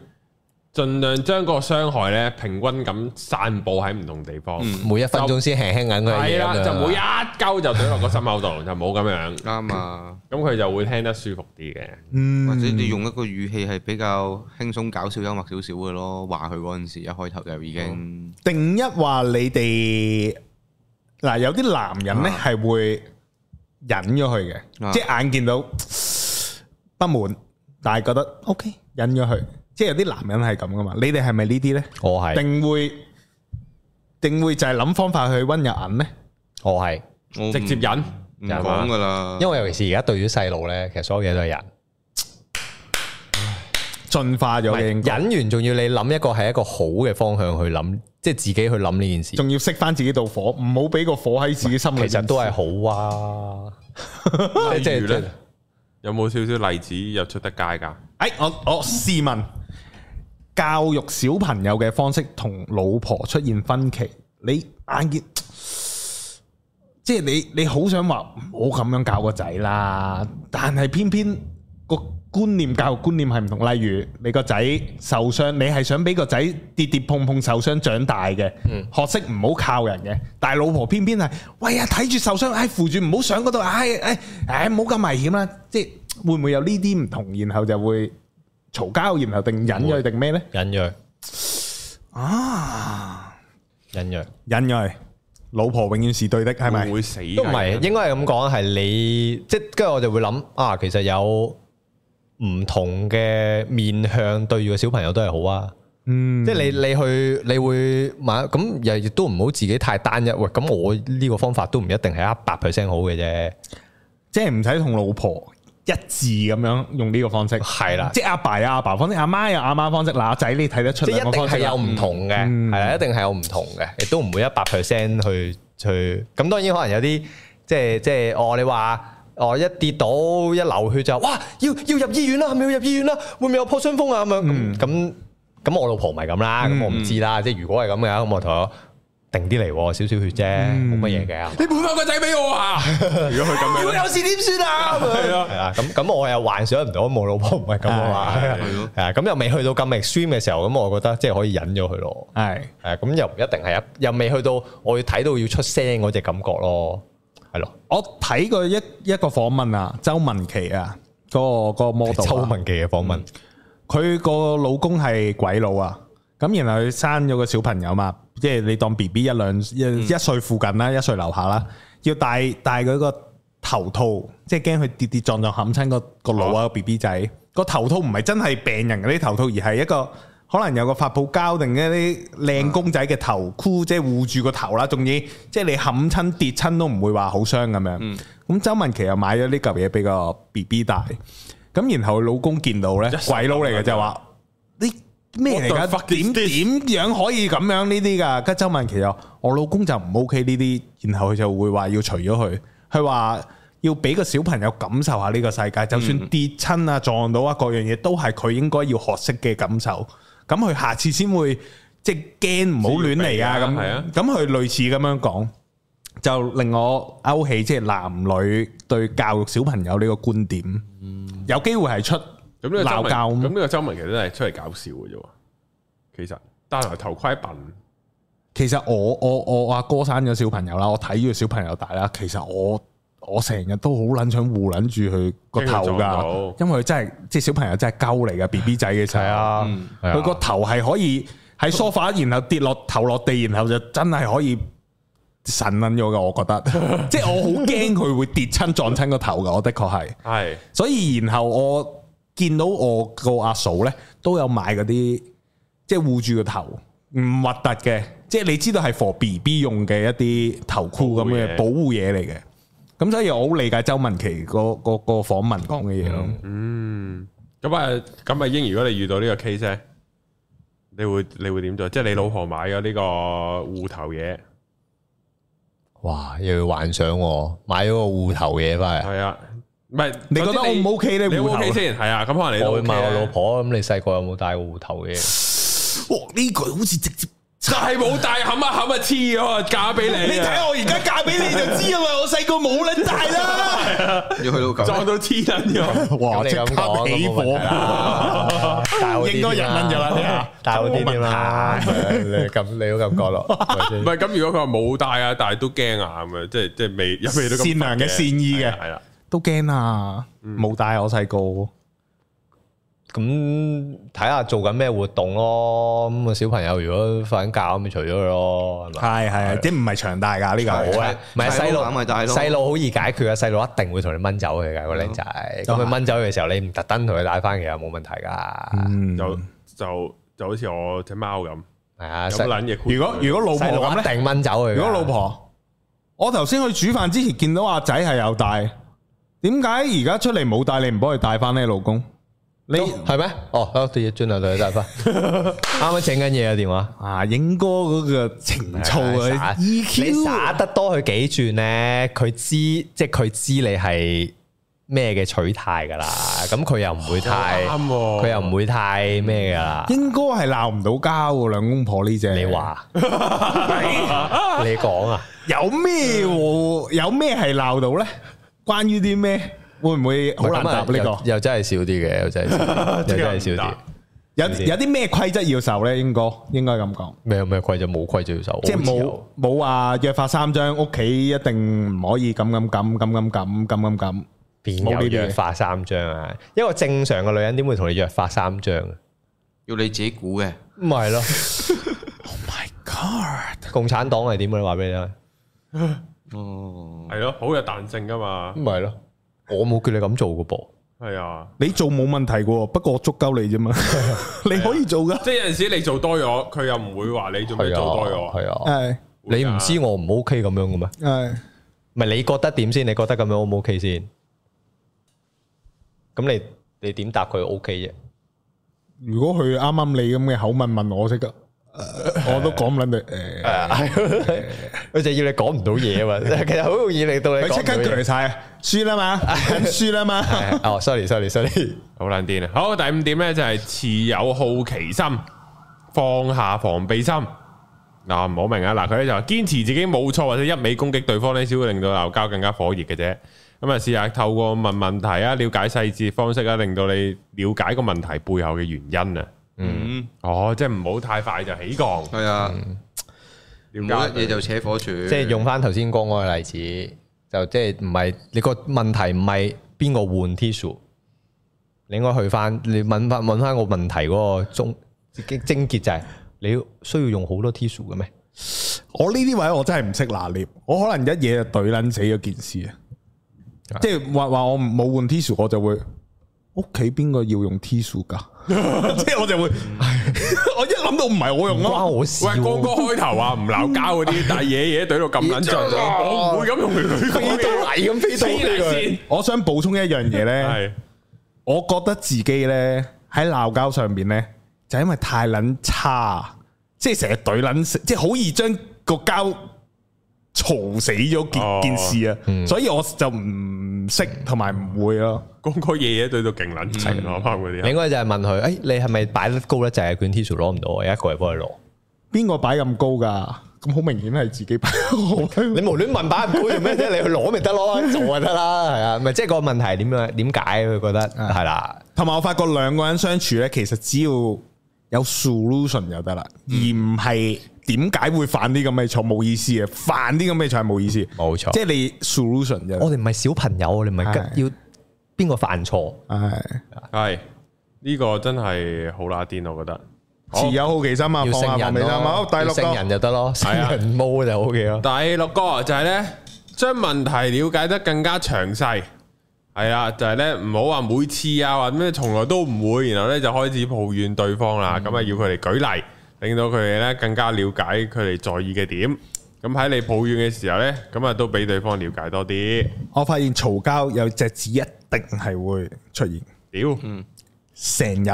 Speaker 1: 盡量將個傷害咧平均咁散佈喺唔同地方。
Speaker 3: 每一分鐘先輕輕緊佢
Speaker 1: 係
Speaker 3: 嘢
Speaker 1: 啦，
Speaker 3: 咁樣
Speaker 1: 就每一鳩就懟落個心口度，就冇咁樣，
Speaker 4: 啱啊。
Speaker 1: 咁佢就會聽得舒服啲嘅。
Speaker 2: 嗯，
Speaker 4: 或者你用一個語氣係比較輕鬆、搞笑、幽默少少嘅咯，話佢嗰陣時一開頭就已經
Speaker 2: 定一話你哋嗱，有啲男人咧
Speaker 4: 啊
Speaker 2: 係會忍咗佢嘅，
Speaker 4: 啊
Speaker 2: 哦即係眼見到不滿，但係覺得 OK 忍咗佢，即係有啲男人係咁噶嘛。你哋係咪呢啲咧？
Speaker 3: 我係
Speaker 2: 定會定會就係諗方法去温入銀咧？
Speaker 3: 我係，
Speaker 4: 我唔
Speaker 1: 直接忍，
Speaker 4: 唔講噶啦，
Speaker 3: 因為尤其是而家對住細路咧，其實所有嘢都係忍。
Speaker 2: 進化咗嘅應該，
Speaker 3: 忍完仲要你諗一個係一個好嘅方向去諗，即係自己去諗呢件事，
Speaker 2: 仲要熄翻自己道火，唔好俾個火喺自己心裏邊。
Speaker 3: 其實都係好啊。即
Speaker 1: 例如
Speaker 3: 係
Speaker 1: 咧
Speaker 3: 即係，
Speaker 1: 有冇少少例子又出得街㗎？
Speaker 2: 哎，我我試問，教育小朋友嘅方式同老婆出現分歧，你眼見，即係你你好想話唔好咁樣教個仔啦，但係偏偏個觀念教育觀念係唔同。例如你個仔受傷，你係想俾個仔跌跌碰碰受傷長大嘅，學識唔好靠人嘅。但係老婆偏偏係，喂啊睇住受傷，唉扶住唔好上嗰度，唉唉唉唔好咁危險啦。即係會唔會有呢啲唔同，然後就會嘈交，然後定忍咗佢定咩呢？
Speaker 3: 忍讓，
Speaker 2: 啊！
Speaker 3: 忍讓。
Speaker 2: 忍佢，老婆永遠是對的，係咪
Speaker 1: 會唔？會死㗎？
Speaker 3: 都唔係，啊應該係咁講，係你即係跟住我就會諗啊，其實有唔同嘅面向對住個小朋友都係好啊。
Speaker 2: 嗯
Speaker 3: 即係你你去你會買咁又亦都唔好自己太單一喂，咁我呢個方法都唔一定係一百 percent 好嘅啫，
Speaker 2: 即係唔使同老婆一致咁樣用呢個方式，
Speaker 3: 係啦，
Speaker 2: 即係阿爸有阿爸方式，阿媽有阿媽方式，嗱仔你睇得出
Speaker 3: 即係
Speaker 2: 兩個
Speaker 3: 一定
Speaker 2: 方式
Speaker 3: 係
Speaker 2: 啦
Speaker 3: 有唔同嘅，
Speaker 2: 嗯
Speaker 3: 係啦，一定係有唔同嘅，亦都唔會一百 percent 去去。咁當然可能有啲即係即係哦，你話哦一跌倒一流血就哇要要入醫院啦，係咪要入醫院啦？會唔會有破傷風啊咁樣咁咁咁？我老婆唔係咁啦，咁我唔知啦。即係如果係咁嘅，咁我同佢定啲嚟喎，少少血啫，冇乜嘢嘅。
Speaker 1: 你判翻個仔俾我 啊！如果佢咁樣，
Speaker 3: 有事點算啊？係
Speaker 1: 啊
Speaker 3: 係啊，咁咁我又幻想唔到冇老婆唔係咁啊嘛，
Speaker 4: 係咯
Speaker 3: 係啊，咁又未去到咁 extreme 嘅時候，咁我覺得即係可以忍咗佢咯。
Speaker 2: 係
Speaker 3: 係咁又唔一定係一，又未去到我要睇到要出聲嗰只感覺咯，係咯。
Speaker 2: 我睇過一一個訪問啊，周文琪啊，嗰個嗰個 model，啊
Speaker 3: 周文記嘅訪問，
Speaker 2: 佢個老公係鬼佬啊，咁然後佢生咗個小朋友嘛，即係你當 B B 一兩一一歲附近啦，一歲樓下啦，要戴戴佢個頭頭套，即係驚佢跌跌撞撞冚親個個腦啊個 B B 仔。個頭套唔係真係病人嗰啲頭套，而係一個可能有個發泡膠定一啲靚公仔嘅頭箍，即係護住個頭啦。仲要即係你冚親跌親都唔會話好傷咁樣。咁周文琪又買咗呢嚿嘢俾個 B B 戴，咁然後老公見到咧，鬼佬嚟嘅就話你。咩嚟噶？
Speaker 1: What the fuck is
Speaker 2: 點
Speaker 1: this？
Speaker 2: 點樣可以咁樣呢啲噶？跟住周文琪又，我老公就唔 OK 呢啲，然後佢就會話要除咗佢，佢話要俾個小朋友感受下呢個世界，就算跌親啊、撞到啊，各樣嘢都係佢應該要學識嘅感受。咁佢下次先會即係驚唔好亂嚟啊
Speaker 1: 知要避啊係啊
Speaker 2: 咁。咁佢類似咁樣講，就令我勾起即係男女對教育小朋友呢個觀點，有機會係出
Speaker 1: 咁呢個周
Speaker 2: 鬧
Speaker 1: 文
Speaker 2: 交
Speaker 1: 咁呢個周文其實真係出嚟搞笑嘅啫喎。其實戴埋頭盔笨，
Speaker 2: 其實我我我我阿哥生咗小朋友啦，我睇住小朋友大啦。其實我我成日都好撚想護撚住佢個頭
Speaker 1: 驚佢撞到
Speaker 2: 㗎，因為佢真係即係小朋友真係鳩嚟㗎 B B 仔嘅時候，
Speaker 3: 啊，係啊
Speaker 2: 佢個頭係可以喺梳化，然後跌落頭落地，然後就真係可以神撚咗㗎。我覺 得，即係我好驚佢會跌親撞親個頭㗎。我的確係。
Speaker 1: 係
Speaker 2: 所以然後我見到我個阿嫂咧都有買嗰啲即係護住個頭，唔核突嘅，即係你知道係 for B B 用嘅一啲頭箍咁嘅
Speaker 1: 保
Speaker 2: 保護嘢嚟嘅。咁所以我好理解周文琪個個個訪問講嘅嘢咯。
Speaker 1: 嗯。咁啊，咁啊，英，如果你遇到呢個 case 咧，你會你會點做？即係你老婆買咗呢個護頭嘢，
Speaker 3: 哇，又要幻想喎，買咗個護頭嘢翻
Speaker 1: 係啊，唔係
Speaker 2: 你覺得 O 唔 O K 咧？
Speaker 1: 你
Speaker 2: 護
Speaker 1: OK
Speaker 2: 頭
Speaker 1: 先？係啊，咁可能你
Speaker 3: 嚟，
Speaker 1: 都
Speaker 3: 我會
Speaker 1: OK
Speaker 3: 問我
Speaker 1: 咧
Speaker 3: 老，婆，咁你細個有冇戴過護頭嘢？
Speaker 2: 哇！呢句好似直接，
Speaker 1: 就係冇戴冚啊冚啊黐咗啊，嫁俾你啊，
Speaker 2: 你睇我而家嫁俾你就知啊嘛！我細個冇撚大啦，
Speaker 4: 要去到
Speaker 1: 撞
Speaker 4: 咁，
Speaker 1: 到黐撚咗。
Speaker 2: 哇！
Speaker 3: 咁
Speaker 2: 即
Speaker 3: 你
Speaker 2: 刻
Speaker 3: 咁講
Speaker 2: 起
Speaker 3: 都冇問題
Speaker 2: 火，
Speaker 3: 啦戴好啲
Speaker 2: 應該
Speaker 3: 添
Speaker 2: 人
Speaker 3: 啦
Speaker 2: 蚊咗 啦你啊
Speaker 3: 戴好啲添啦，
Speaker 2: 咁
Speaker 3: 你咁你都咁講咯，係咪先
Speaker 1: 唔係咁，如果佢話冇戴啊，但係都驚啊咁啊，即係即係未有未到咁
Speaker 2: 善良嘅善意嘅
Speaker 1: 係啦。
Speaker 2: 都驚啊！冇帶我細個。
Speaker 3: 咁睇下做緊咩活動咯。咁個小朋友如果瞓緊覺咁，咪除咗佢咯，係咪？
Speaker 2: 係係啊，即係唔係長大㗎呢個
Speaker 3: 好啊
Speaker 2: 係。
Speaker 3: 咧，唔係
Speaker 4: 細
Speaker 3: 細
Speaker 4: 佬
Speaker 3: 路
Speaker 4: 攬埋大佬
Speaker 3: 細路好易解決啊！細路一定會同你掹走佢㗎個僆仔。
Speaker 2: 嗯
Speaker 3: 咁佢掹走佢嘅時候，你唔特登同佢帶翻，其實冇問題㗎。
Speaker 2: 啊嗯，
Speaker 1: 啊就就就好似我只貓咁，
Speaker 3: 係啊，
Speaker 1: 咁
Speaker 3: 細
Speaker 1: 撚嘢。
Speaker 2: 如果如果老婆
Speaker 3: 細路
Speaker 2: 咁
Speaker 3: 一
Speaker 2: 咧，
Speaker 3: 定掹走佢㗎。
Speaker 2: 如果老婆，我頭先去煮飯之前見到阿仔係有帶，點解而家出嚟冇帶？你唔幫佢帶翻呢？老公，你
Speaker 3: 都係咩？哦，好，轉頭同佢帶 翻。啱啱整緊嘢啊，電話。
Speaker 2: 啊影哥嗰個情操 啊
Speaker 3: 耍你耍
Speaker 2: ，EQ
Speaker 3: 得多佢幾轉咧，佢知即係佢知你係咩嘅取態㗎啦。咁佢又唔會太，
Speaker 1: 好啱喎
Speaker 3: 佢又唔會太咩㗎啦。
Speaker 2: 應該係鬧唔到交喎，兩公婆呢只。
Speaker 3: 你 話，你講啊？
Speaker 2: 有咩
Speaker 3: 嗯
Speaker 2: 喎？有咩係鬧到咧？關於啲咩？會唔會好難答呢
Speaker 3: 咁
Speaker 2: 個
Speaker 3: 啊？又又真係少啲嘅，又真係 少啲又真係
Speaker 1: 即刻唔
Speaker 3: 少啲
Speaker 1: 答。
Speaker 2: 有有啲咩規則要守咧？應該應該咁講。
Speaker 3: 咩咩規就冇規就要守，
Speaker 2: 即係
Speaker 3: 我
Speaker 2: 冇
Speaker 3: 唔
Speaker 2: 冇話約法三章，屋企一定唔可以咁咁咁咁咁咁咁咁咁。
Speaker 3: 知
Speaker 2: 冇
Speaker 3: 邊
Speaker 2: 呢
Speaker 3: 有
Speaker 2: 啲嘢
Speaker 3: 約法三章啊？一個正常嘅女人點會同你約法三章啊？
Speaker 4: 要你自己估嘅。
Speaker 3: 唔係咯，
Speaker 2: My God！
Speaker 3: 共產黨係點啊嘅？你話俾你聽，
Speaker 4: 哦，
Speaker 1: 係咯，好有彈性噶嘛，
Speaker 3: 唔係咯，我冇叫你咁做嘅噃。
Speaker 1: 係啊，
Speaker 2: 你做冇問題嘅喎，不過我捉鳩 你啫嘛，你可以做噶。
Speaker 1: 即係有陣時你做多咗，佢又唔會話你做咩
Speaker 3: 係
Speaker 1: 做多咗，
Speaker 3: 啊，係啊，
Speaker 2: 係
Speaker 1: 會㗎
Speaker 3: 你唔知我唔 OK 咁樣嘅咩？
Speaker 2: 係
Speaker 3: 唔係你覺得點先？你覺得咁樣 O 唔 OK 先？咁你你點答佢 OK 啫？
Speaker 2: 如果佢啱啱你咁嘅口吻問我識噶，我都講唔撚你誒。
Speaker 3: 佢就要你講唔到嘢啊嘛， 其實好容易令到你
Speaker 2: 佢
Speaker 3: 講
Speaker 2: 即
Speaker 3: 唔
Speaker 2: 刻
Speaker 3: 到嘢
Speaker 2: 鋸晒，輸 啦嘛，緊輸啦嘛。
Speaker 3: 係哦，sorry，sorry，sorry，
Speaker 1: 好撚癲啊！好，第五點咧就係持有好奇心，放下防備心。嗱唔好明啊！嗱，佢咧就話堅持自己冇錯或者一味攻擊對方咧，先會令到鬧交更加火熱嘅啫。咁啊，試下透過問問題啊，了解細節方式啊，令到你了解個問題背後嘅原因啊。
Speaker 4: 嗯，
Speaker 1: 哦，即係唔好太快就起槓，
Speaker 4: 係啊，冇
Speaker 1: 了
Speaker 4: 一嘢
Speaker 1: 解
Speaker 4: 就扯火柱，
Speaker 3: 即係用翻頭先講嗰個例子，就即係唔係你個問題唔係邊個換 tissue，你應該去翻你問翻問翻個問題嗰個中症結就係你需要用好多 tissue 嘅咩？
Speaker 2: 我呢啲位我真係唔識拿捏，我可能一嘢就懟撚死咗件事啊！即系话话我冇換 tissue，我就會屋企邊個要用 tissue 噶？即系我就會， 我一諗到唔係我用
Speaker 3: 唔關
Speaker 2: 咯，
Speaker 3: 我事
Speaker 1: 喂，
Speaker 3: 喎。
Speaker 1: 光哥開頭話唔鬧交嗰 啲，但係嘢嘢懟到咁撚盡，我唔會咁同佢講嘅。
Speaker 3: 嚟咁啊飛
Speaker 1: 黐嚟線，
Speaker 2: 我想補充一樣嘢咧，
Speaker 1: 係
Speaker 2: 我覺得自己咧喺鬧交上面咧，就因為太撚差，即係成日懟撚死，即係好易將個交嘈死咗
Speaker 1: 哦
Speaker 2: 件件事
Speaker 3: 嗯
Speaker 2: 啊，所以我就唔識同埋唔會咯。
Speaker 1: 光哥嘢嘢懟到勁撚盡，
Speaker 3: 嗯
Speaker 1: 啱啱嗰
Speaker 3: 你
Speaker 1: 啲啊
Speaker 3: 應該就係問佢，誒你係咪擺得高得滯？卷 tissue 攞唔到，啊我有一個嚟幫佢攞。
Speaker 2: 邊個擺咁高噶？咁好明顯係自己擺。
Speaker 3: 你無端問擺唔高做咩啫？你去攞咪得咯，做就得啦，係啊，咪即係個問題係點樣？點解佢覺得係啦？
Speaker 2: 同埋我發覺兩個人相處咧，其實只要有 solution 就得啦，而唔係點解會犯啲咁嘅錯冇意思嘅，犯啲咁嘅錯係冇意思。
Speaker 3: 冇錯
Speaker 2: 即係你 solution
Speaker 3: 我
Speaker 2: 啫。
Speaker 3: 哋唔係小朋友，我哋唔係跟
Speaker 2: 係
Speaker 3: 要邊個犯錯？
Speaker 2: 係
Speaker 1: 係呢個真係好乸癲，我覺得。
Speaker 2: 持有好奇心啊，
Speaker 3: 要
Speaker 2: 放下
Speaker 3: 聖
Speaker 2: 放
Speaker 3: 人
Speaker 2: 你心啊。好，
Speaker 3: 咯，
Speaker 2: 第
Speaker 3: 要
Speaker 2: 六
Speaker 3: 聖人
Speaker 2: 個
Speaker 3: 就得咯，聖
Speaker 1: 啊
Speaker 3: 人毛就 O K 咯。
Speaker 1: 第六個就係咧，將問題了解得更加詳細。係啊，就係咧，唔好話每次啊，或者咩從來都唔會，然後咧就開始抱怨對方啦。
Speaker 4: 嗯
Speaker 1: 咁啊、要佢哋舉例，令到佢哋咧更加了解佢哋在意嘅點。咁喺你抱怨嘅時候咧，咁啊都俾對方了解多啲。
Speaker 2: 我發現嘈交有隻字一定係會出現，
Speaker 1: 屌，
Speaker 4: 嗯
Speaker 2: 成日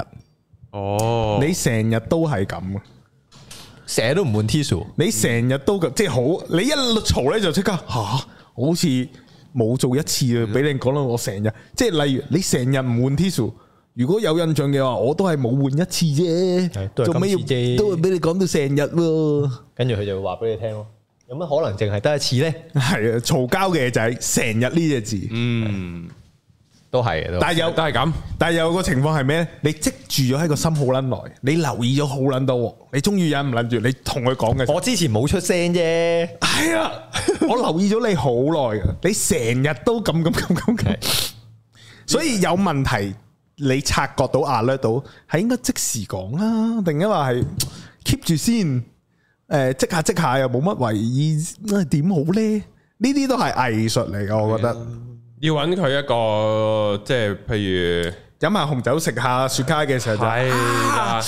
Speaker 1: 哦，
Speaker 2: 你成日都係咁嘅。
Speaker 3: 成日都唔換 tissue，
Speaker 2: 你成日都咁，即係好，你一嘈咧就即刻吓，我好似冇做一次啊！俾你講到我成日，即係例如你成日唔換 tissue，如果有印象嘅話，我都係冇換一次
Speaker 3: 係
Speaker 2: 啫，
Speaker 3: 都係
Speaker 2: 做咩要
Speaker 3: 今次啫
Speaker 2: 都會俾你講到成日喎？
Speaker 3: 跟住佢就會話俾你聽咯。有乜可能淨係得一次咧？
Speaker 2: 係啊，嘈交嘅就係成日呢隻字，
Speaker 4: 嗯，
Speaker 3: 都係嘅，都
Speaker 2: 但係有
Speaker 1: 都係咁。
Speaker 2: 但係有個情況係咩咧？你積住咗喺個心好撚耐，你留意咗好撚多喎，你終於忍唔撚住，你同佢講嘅時候。
Speaker 3: 我之前冇出聲啫。
Speaker 2: 系啊，我留意咗你好耐嘅，你成日都咁咁咁咁咁，所以有問題你察覺到 alert 到，係應該即時講啦，定一話係 keep 住先，诶、即下即下又冇乜為意，啊點好咧？呢啲都係藝術嚟嘅，我覺得
Speaker 1: 要揾佢一個，即係譬
Speaker 2: 飲下紅酒食下雪茄嘅時候
Speaker 1: 如
Speaker 2: 就
Speaker 1: 係啦，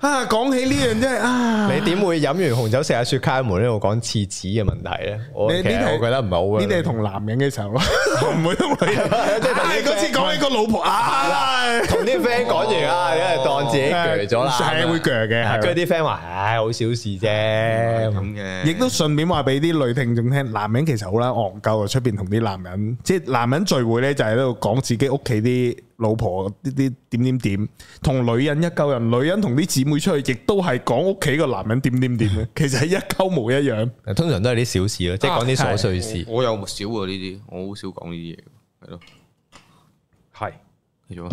Speaker 2: 啊，講起呢樣真係啊，
Speaker 3: 你點會飲完紅酒食下雪茄門呢度講廁紙嘅問題咧？我
Speaker 2: 你
Speaker 3: 其實
Speaker 2: 呢啲係
Speaker 3: 我覺得唔係好嘅。
Speaker 2: 呢啲係同男人嘅時候 咯，唔會同女人。
Speaker 3: 即係同啲
Speaker 2: 唉嗰次講起個老婆啊。
Speaker 3: 同啲 friend 講完啊，你係當自己鋸咗啦，
Speaker 2: 係會鋸嘅係
Speaker 3: 啊跟住啲 friend 話：，唉，好小事
Speaker 4: 咁
Speaker 3: 啫。
Speaker 4: 嘅，
Speaker 2: 亦都順便話俾啲女聽眾聽，男人其實好啦，戇鳩啊！出邊同啲男人，即係男人聚會咧，就喺度講自己屋企啲老婆啲啲點點點，同女人一鳩人，女人同啲姊妹出去，亦都係講屋企個男人點點點嘅，其實係一鳩冇一樣。
Speaker 3: 通常都係啲小事咯，即係講啲瑣碎事。
Speaker 4: 我又少喎呢啲，我好少講呢啲嘢，係咯，
Speaker 1: 係
Speaker 4: 繼續啊。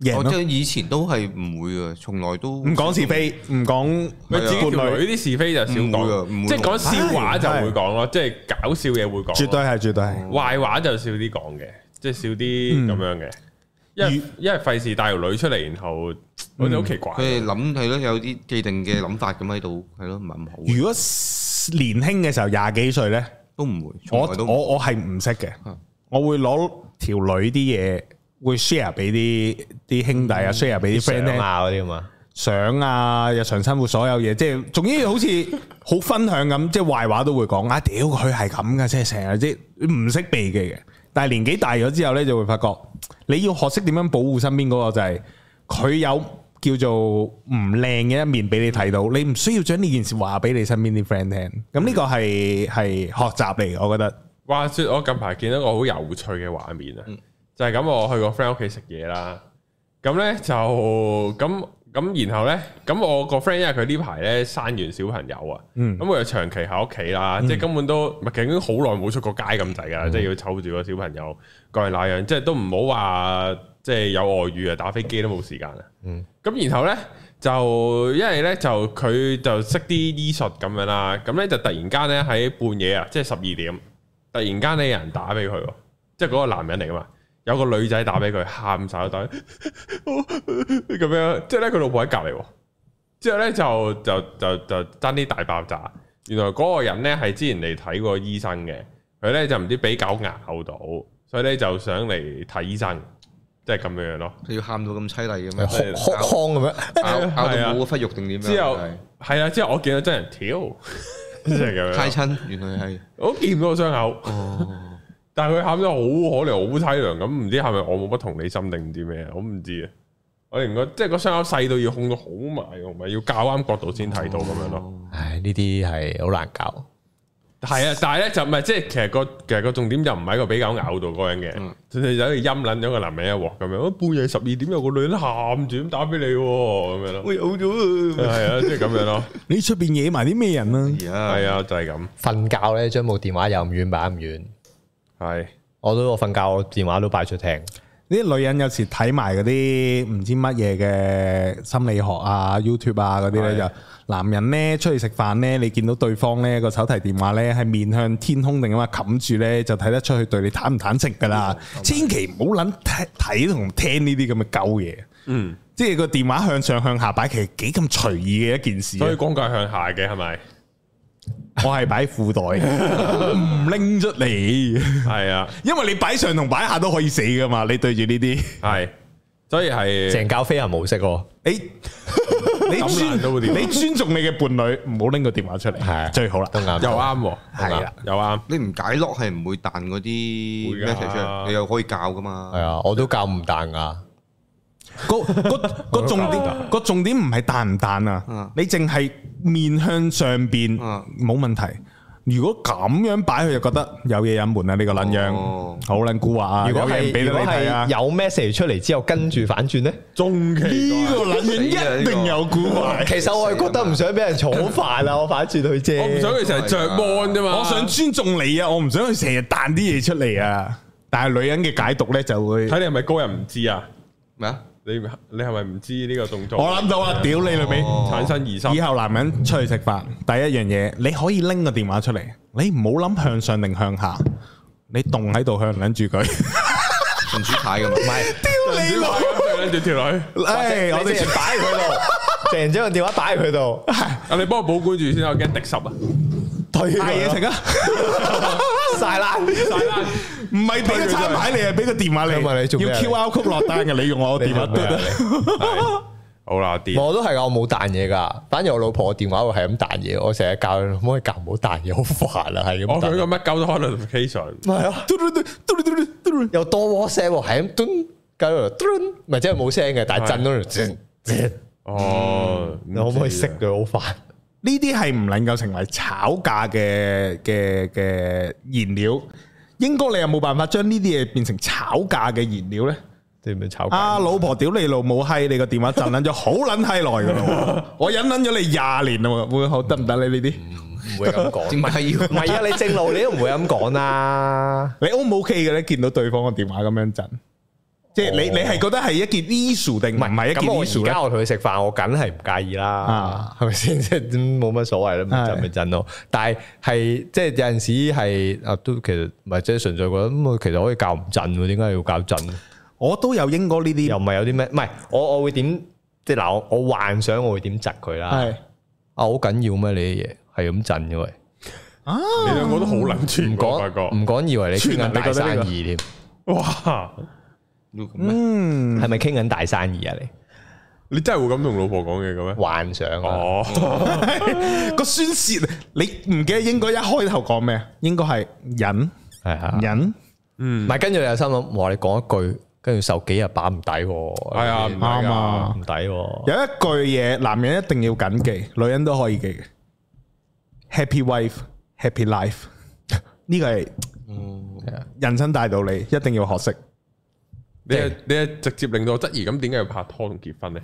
Speaker 2: 贏
Speaker 4: 我即
Speaker 2: 咯，
Speaker 4: 係以前都係唔會嘅，從來都
Speaker 2: 唔講是非，唔講
Speaker 4: 啊
Speaker 1: 咪自己條
Speaker 2: 伴
Speaker 1: 女
Speaker 2: 侶，
Speaker 1: 啲是非就少
Speaker 4: 唔會啊唔
Speaker 1: 講，
Speaker 4: 會
Speaker 1: 即係講
Speaker 4: 講
Speaker 1: 笑話就會講咯，即係搞笑嘢會講咯。
Speaker 2: 絕對係絕對
Speaker 4: 哦
Speaker 2: 係。
Speaker 1: 壞話就少啲講嘅，即係少啲咁
Speaker 4: 嗯
Speaker 1: 樣嘅，因為因為費事帶條女出嚟，然後我哋好奇怪。
Speaker 4: 嗯佢哋諗係咯，有啲既定嘅諗法咁喺度，係咯，唔係咁好嘅，
Speaker 2: 如果年輕嘅時候廿幾歲咧，
Speaker 4: 都唔會，從
Speaker 2: 我
Speaker 4: 來都唔
Speaker 2: 我我係唔識嘅
Speaker 4: 嗯，
Speaker 2: 我會攞條女啲嘢會 share 俾啲啲兄弟啊，share 俾啲 friend
Speaker 3: 相
Speaker 2: 聽。
Speaker 3: 啊嗰啲咁啊，
Speaker 2: 相啊、日常生活所有嘢，即係總之好似好分享咁，即係壞話都會講啊！屌佢係咁嘅，即係成日即係唔識避忌嘅。但係年紀大咗之後呢，就會發覺你要學識點樣保護身邊嗰個就係、佢有叫做唔靚嘅一面俾你睇到，你唔需要將呢件事話俾你身邊啲 friend 聽。咁呢個係係學習嚟嘅，我覺得。
Speaker 1: 話說我近排見到一個好有趣嘅畫面啊，就係咁，我去個 friend 屋企食嘢啦，咁咧就咁咁，然後咧咁我個 friend 因為佢呢排咧生完小朋友啊，咁佢就長期喺屋企啦，即係根本都唔係，其實已經好耐冇出過街咁滯噶啦，即係要湊住個小朋友各樣那樣，即係都唔好話即係有外遇啊，打飛機都冇時間啊。咁然後咧就因為咧就佢就識啲醫術咁樣啦，咁咧就突然間咧喺半夜啊，即係十二點，突然間咧有人打俾佢喎，即係嗰個男人嚟噶嘛，有個女仔打俾佢，喊晒袋 咁樣，即係咧佢老婆喺隔離喎，之後咧就就就就爭啲大爆炸，原來嗰個人咧係之前嚟睇過醫生嘅，佢咧就唔知俾狗咬到，所以咧就想嚟睇醫生，即係咁樣樣咯。
Speaker 4: 佢要喊到咁凄厲嘅
Speaker 3: 哭
Speaker 4: 咩？
Speaker 3: 哭腔咁樣，
Speaker 4: 咬咬到
Speaker 1: 係啊
Speaker 4: 冇咗忽肉定點樣？
Speaker 1: 之後
Speaker 4: 係
Speaker 1: 係啊，之後我見到真人跳， 即係咁樣，
Speaker 4: 揩親，原來係
Speaker 1: 我見唔到個傷口。
Speaker 4: 哦，
Speaker 1: 但係佢喊得好可憐，好凄涼咁，唔知係咪我冇乜同理心定唔知咩，我唔知啊。我連個即係個傷口細到要控到好埋，同埋要校啱角度先睇到咁樣咯。
Speaker 3: 唉，呢啲係好難搞。
Speaker 1: 係啊，但係咧就唔係即係其實個其實個重點就唔喺個比較咬度嗰樣嘅，純粹就喺度陰撚咗個男人一鑊咁樣。啊半夜十二點有個女人喊住咁打俾你喎咁樣 咯，
Speaker 4: 喂，好咗啊，
Speaker 1: 係啊，即係咁樣咯，
Speaker 2: 你出边惹埋啲咩人啊？
Speaker 4: 而
Speaker 1: 係
Speaker 4: 家
Speaker 1: 啊，就係咁，
Speaker 3: 瞓覺咧，將部電話又唔遠擺唔遠。
Speaker 1: 係
Speaker 3: 我都我瞓覺，我電話都擺出廳。
Speaker 2: 啲女人有時睇埋嗰啲唔知乜嘢嘅心理學啊、YouTube 啊嗰啲咧，
Speaker 1: 係
Speaker 2: 就男人咧出去食飯咧，你見到對方咧個手提電話咧係面向天空定啊嘛冚住咧，就睇得出佢對你坦唔坦誠噶啦。千祈唔好撚睇睇同聽呢啲咁嘅鳩嘢，
Speaker 1: 嗯，
Speaker 2: 即係個電話向上向下擺，其實幾咁隨意嘅一件事啊。
Speaker 1: 所以光腳向下嘅係咪？
Speaker 2: 我係擺褲袋，唔拎出嚟，
Speaker 1: 係啊，
Speaker 2: 因為你擺上同擺下都可以死噶嘛。你對住呢啲。
Speaker 1: 係，所以係
Speaker 3: 成教飛行模式喎，
Speaker 2: 你你
Speaker 1: 咁難都
Speaker 2: 尊
Speaker 1: 會 點
Speaker 2: 你尊重你嘅伴侶，唔好拎個電話出嚟，
Speaker 3: 係啊
Speaker 2: 最好啦。
Speaker 3: 都啱。
Speaker 1: 又啱喎，
Speaker 2: 係啊
Speaker 1: 又啱。
Speaker 4: 你唔解 lock 係唔會彈嗰啲
Speaker 1: 會㗎
Speaker 4: message 出嚟，你又可以教噶嘛
Speaker 3: 係？啊，我都教唔彈
Speaker 2: 啊
Speaker 3: 噶。
Speaker 2: 個個個重點個重點唔係彈唔彈啊
Speaker 4: 嗯，
Speaker 2: 你淨係面向上邊
Speaker 4: 嗯
Speaker 2: 冇問題。如果咁樣擺，佢就覺得有嘢隱瞞啊！呢個撚樣
Speaker 4: 哦
Speaker 2: 好撚估啊！
Speaker 3: 如果
Speaker 2: 有嘢
Speaker 3: 係
Speaker 2: 唔俾得
Speaker 3: 如
Speaker 2: 你
Speaker 3: 果係
Speaker 2: 睇啊！
Speaker 3: 有 message 出嚟之後，跟住反 轉咧，
Speaker 1: 中期
Speaker 2: 呢個撚樣一定有估啊！
Speaker 3: 其實我係覺得唔想俾人坐飯啊，我反轉佢啫。
Speaker 1: 我唔想佢成日着 mon 啫嘛，
Speaker 2: 我想尊重你啊！我唔想佢成日彈啲嘢出嚟啊！但係女人嘅解讀咧就會，
Speaker 1: 睇你係咪高人唔知啊？
Speaker 4: 咩啊？
Speaker 1: 你你係咪唔知呢個動作？
Speaker 2: 我諗到啦！屌你老味！
Speaker 4: 哦
Speaker 1: 產生疑心
Speaker 2: 以，後男人出去食飯，第一樣嘢你可以拎個電話出嚟，你唔好諗向上定向下，你棟喺度向撚住佢。
Speaker 4: 神主牌噶嘛？唔係，
Speaker 2: 屌你老！
Speaker 1: 跟住條女，
Speaker 2: 唉，我
Speaker 3: 我哋
Speaker 2: 哋
Speaker 3: 成擺喺佢 度，成張電話擺喺佢度，
Speaker 1: 啊你幫我保管住先啊，我驚滴濕啊！
Speaker 3: 退
Speaker 2: 嗌嘢 食啊！
Speaker 3: 晒啦。
Speaker 1: 晒啦，
Speaker 2: 唔係俾個餐牌你，啊係俾個電話
Speaker 3: 咁問你做
Speaker 2: 你，
Speaker 3: 咩
Speaker 2: 要
Speaker 3: 啊
Speaker 2: Q R 曲落單嘅，你用我個電話
Speaker 3: 你做咩啊
Speaker 2: 得
Speaker 1: 係好啦啲，
Speaker 3: 我都係噶，我冇彈嘢噶。反而我老婆個電話會係咁彈嘢，我成日教佢可唔可以教唔好彈嘢，好煩啊，係咁
Speaker 1: 我佢
Speaker 3: 彈。
Speaker 1: 個乜鳩都開 notification，
Speaker 3: 咪係啊，又多 WhatsApp 喎，係咁嘟跟住嘟，咪即係冇聲嘅，但係震嗰度，
Speaker 1: 哦，
Speaker 3: 你可唔可以熄佢？好煩。
Speaker 2: 呢啲係唔能夠成為炒價嘅嘅嘅燃料。英哥，你有冇辦法將呢啲嘢變成炒價嘅燃料呢？
Speaker 3: 你唔炒
Speaker 2: 啊，老婆，屌你老母閪！你個電話震撚咗好撚閪耐 噶啦，我忍撚咗你廿年啦喎，會好得唔得你呢啲？
Speaker 3: 唔會咁講。
Speaker 4: 點解要
Speaker 3: 唔係啊，你正路你都唔會咁講啦。
Speaker 2: 你 O 唔 OK 嘅咧？見到對方個電話咁樣震，即係你
Speaker 3: 哦
Speaker 2: 你係覺得係一件 issue 定唔係一件
Speaker 3: 咁我
Speaker 2: issue
Speaker 3: 而
Speaker 2: 咧
Speaker 3: 家？我同佢食飯，我梗係唔介意啦
Speaker 2: 啊，
Speaker 3: 係咪先？ 即係嗯冇乜所謂啦，唔
Speaker 2: 係
Speaker 3: 震咪震咯。但係係即係有陣時係啊，都其實唔係即係純粹覺得咁，我其實可以教唔震喎，點解要教震？
Speaker 2: 我都有英哥呢
Speaker 3: 又
Speaker 2: 啲，
Speaker 3: 唔係有啲咩？唔係我我會點？即係嗱，我我幻想我會點窒佢啦。
Speaker 2: 係
Speaker 3: 啊，好緊要咩？你啲嘢係咁震嘅喂。
Speaker 2: 啊，
Speaker 1: 你兩個都好撚
Speaker 3: 唔
Speaker 1: 串喎， 我發
Speaker 3: 講
Speaker 1: 覺
Speaker 3: 唔講， 以為你傾
Speaker 2: 串啊
Speaker 3: 緊
Speaker 2: 你
Speaker 3: 大
Speaker 2: 覺得呢個
Speaker 3: 生意添，
Speaker 1: 哇！
Speaker 4: 要咁咩？
Speaker 2: 嗯，
Speaker 3: 係咪傾緊大生意啊？你
Speaker 1: 你真係會咁同老婆講嘢嘅咩？
Speaker 3: 幻想啊，
Speaker 1: 哦，
Speaker 2: 個宣泄，你唔記得英哥一開頭講咩？應該係忍
Speaker 3: 係啊，
Speaker 2: 忍，
Speaker 3: 唔係跟住你又心諗，哇！你講一句，跟住受幾日把唔抵喎，
Speaker 1: 係啊，唔係
Speaker 2: 啱
Speaker 1: 啊，
Speaker 2: 啊
Speaker 3: 唔抵喎，
Speaker 2: 有一句嘢男人一定要緊記，女人都可以記嘅。Happy wife, happy life，呢個係人生大道理，一定要學識。
Speaker 1: 你係你係直接令到我質疑，咁點解要拍拖同結婚咧？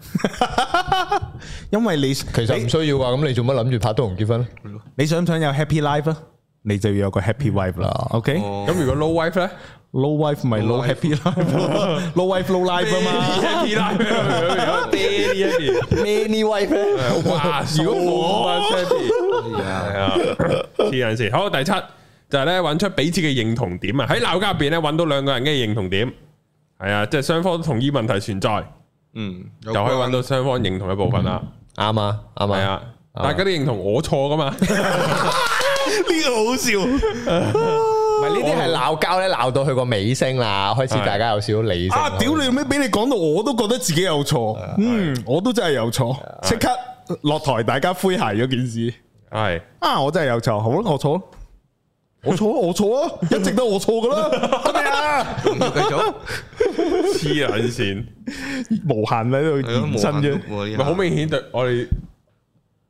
Speaker 2: 因為你
Speaker 3: 其
Speaker 2: 其
Speaker 3: 實唔需要㗎。咁你做乜諗住拍拖唔結婚咧？
Speaker 2: 你想唔想有 happy life 啊？你就要有個 happy wife 啦。OK，low
Speaker 4: 哦
Speaker 1: 咁如果 no wife 咧
Speaker 2: wife 咪 low
Speaker 4: Low life
Speaker 2: happy life 咯，low wife low life 啊嘛。
Speaker 1: ，happy life，爹哋 happy。
Speaker 3: Many wife 咧，
Speaker 1: 哇！ 如果冇 Sandy，
Speaker 4: 係啊
Speaker 1: 係啊，黐人先。好，第七就係咧揾出彼此嘅認同點啊！喺鬧交入邊咧揾到兩個人嘅認同點，係啊，即係雙方都同意問題存在，
Speaker 4: 嗯，又
Speaker 1: 就可以揾到雙方認同嘅部分啦。
Speaker 3: 啱啊，啱
Speaker 1: 係
Speaker 3: 啊，
Speaker 1: 啊，大家都認同我錯噶嘛，
Speaker 2: 呢個好笑，
Speaker 3: 唔係呢啲
Speaker 1: 哦
Speaker 3: 係鬧交咧，鬧到去個尾聲啦，開始大家有少少理性。
Speaker 2: 啊！屌你咩？俾你講到我都覺得自己有錯，嗯，我都真係有錯，即刻落台，大家灰鞋咗件事。
Speaker 1: 係
Speaker 2: 啊！我真係有錯，好啦，我錯啦，我錯啦，我錯啊，一直都我錯噶啦，得未啊？
Speaker 4: 仲要繼續，
Speaker 1: 黐撚線，
Speaker 2: 無限喺度
Speaker 4: 係咯，
Speaker 2: 延伸啫。
Speaker 1: 咪好
Speaker 4: 冇限碌喎呢下
Speaker 1: 明顯對我哋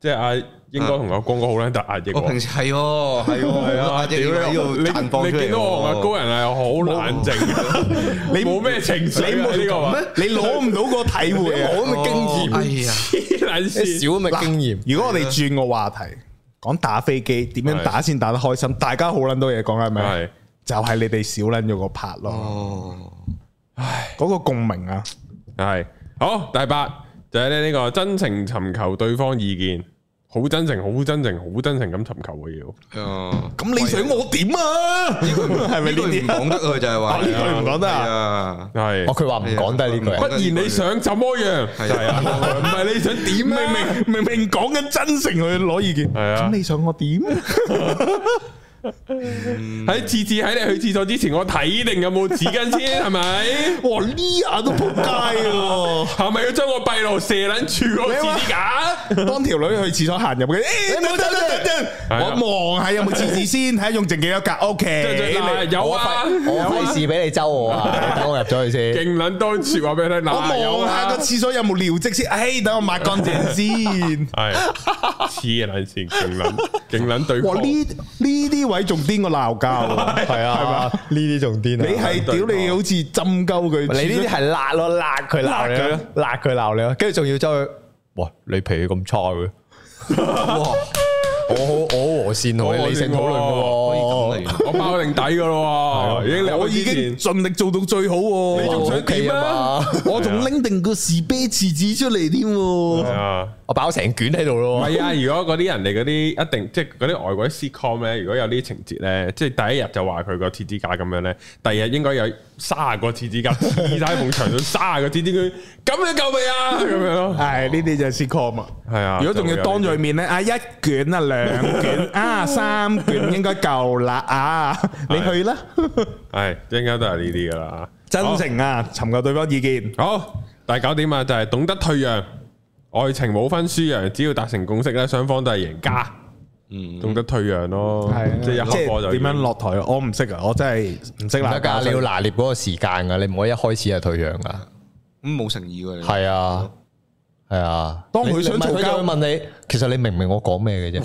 Speaker 1: 即係阿英哥同阿光哥好撚大壓抑喎。
Speaker 4: 我哦平時係喎，係喎，壓抑要喺度哎綻 放
Speaker 1: 你你
Speaker 4: 出嚟
Speaker 1: 見到我同阿高啊
Speaker 4: 喎。
Speaker 1: 人係好冷靜，你冇咩情緒
Speaker 2: 你
Speaker 1: 啊呢個話
Speaker 2: 你攞唔到個體會啊！
Speaker 3: 冇咁嘅經驗，
Speaker 4: 哎呀，
Speaker 1: 黐撚
Speaker 3: 啲
Speaker 1: 線，
Speaker 3: 少咁嘅經驗。
Speaker 2: 如果我哋轉個話題，講打飛機點樣打先打得開心，大家好撚多嘢講係 咪
Speaker 1: 係？
Speaker 2: 就係你哋少撚咗個拍咯，
Speaker 4: 哦，
Speaker 2: 嗰個共鳴啊！
Speaker 1: 係好第八就係咧呢個真情尋求對方意見，好真誠、好真誠、好真誠咁尋求嘅要。
Speaker 4: 係啊
Speaker 2: 咁你想我點啊？係
Speaker 4: 呢
Speaker 2: 咪呢
Speaker 4: 句唔
Speaker 2: 啲啊？
Speaker 4: 講得佢就係話
Speaker 2: 啊呢句唔講得啊？
Speaker 4: 啊，
Speaker 1: 係
Speaker 3: 哦，佢話唔講得呢
Speaker 4: 係
Speaker 1: 不
Speaker 3: 句，
Speaker 1: 然你想怎麼樣？
Speaker 4: 係
Speaker 1: 係啊，唔係你想
Speaker 2: 明
Speaker 1: 點啊？
Speaker 2: 明明明講緊真誠去攞意見，
Speaker 1: 係啊
Speaker 2: 咁你想我點？
Speaker 1: 喺次次喺你去廁所之前，我睇定有冇紙巾先，係咪？
Speaker 2: 哇！呢下都仆街 喎！
Speaker 1: 係咪要將個閉路射撚住個廁紙架？
Speaker 2: 當條女去廁所行入去，
Speaker 1: 哎
Speaker 2: 誒，等等等等，
Speaker 1: 係啊
Speaker 2: 我望下有冇廁紙先，睇下用剩幾多格。O
Speaker 1: 即係
Speaker 2: K，
Speaker 1: 嗱有
Speaker 3: 我
Speaker 1: 啊，
Speaker 3: 費我費事俾你周我啊，你等我入咗去先。
Speaker 1: 勁撚多説話俾你聽。
Speaker 2: 我
Speaker 1: 嗱有
Speaker 2: 望下
Speaker 1: 啊
Speaker 2: 個，廁所有冇尿跡先，唉，等我抹乾淨
Speaker 1: 係
Speaker 2: 先。
Speaker 1: 哎黐撚線，勁撚 勁撚對
Speaker 2: 哇！
Speaker 1: 抗。
Speaker 2: 呢呢啲位仲癲過鬧交 喎，
Speaker 3: 係啊，呢啲仲癲啊！
Speaker 2: 你係屌你好似針鳩佢，
Speaker 3: 你呢啲係辣咯，辣佢鬧你
Speaker 2: 辣佢
Speaker 3: 咯
Speaker 2: 咯，
Speaker 3: 辣佢啊鬧你咯，跟住仲要走去，哇！你脾氣咁差嘅，哇！我好我好和善同
Speaker 1: 我
Speaker 3: 你
Speaker 1: 和
Speaker 3: 理性
Speaker 1: 善
Speaker 3: 討論
Speaker 4: 可以
Speaker 3: 嘅
Speaker 4: 咁
Speaker 3: 喎，
Speaker 4: 嚟
Speaker 1: 我爆定底噶咯喎，已經
Speaker 2: 我
Speaker 1: 我
Speaker 2: 已
Speaker 1: 已
Speaker 2: 經
Speaker 1: 經
Speaker 2: 盡力做到最好喎。
Speaker 1: 你仲
Speaker 3: 我
Speaker 1: 想點啊？
Speaker 3: OK 嘛？
Speaker 2: 我仲拎定個士啤廁紙出嚟添喎。
Speaker 1: 啊！
Speaker 3: 我擺咗成卷喺度咯，
Speaker 1: 系啊，如果嗰啲人哋嗰啲一定即係嗰啲外國啲 sitcom 咧，如果有呢啲情節咧，即係第一日就話佢個鐵指甲咁樣咧，第二日應該有卅個鐵指甲黐晒喺埲牆度，卅個鐵指甲，咁樣夠未啊？咁樣咯，
Speaker 2: 係呢啲就係 sitcom 啊。
Speaker 1: 係啊。
Speaker 2: 如果仲要當
Speaker 1: 就
Speaker 2: 咗
Speaker 1: 會
Speaker 2: 佢面咧，啊一卷啊兩卷啊三卷應該夠啦啊，你去啦，
Speaker 1: 有呢啲，係應該都係呢啲噶啦。
Speaker 2: 真誠啊，尋求對方意見。
Speaker 1: 好，第九點啊，就係懂得退讓，愛情冇分輸贏，只要達成共識咧，雙方都係贏家。
Speaker 4: 嗯，
Speaker 1: 懂得退讓咯，即係一
Speaker 2: 即
Speaker 1: 開波
Speaker 2: 係
Speaker 1: 就
Speaker 2: 點樣
Speaker 1: 落。
Speaker 2: 落台？我唔識啊，我真係唔識
Speaker 3: 唔
Speaker 2: 啦
Speaker 3: 得。噶，你要拿捏嗰個時間噶，你唔可以一開始就退讓噶。
Speaker 4: 咁嗯冇誠意喎你。
Speaker 3: 係啊，係啊。
Speaker 2: 當佢
Speaker 3: 你
Speaker 2: 想
Speaker 3: 你咪
Speaker 2: 嘈交
Speaker 3: 佢就會問你，其實你明唔明我講咩嘅啫？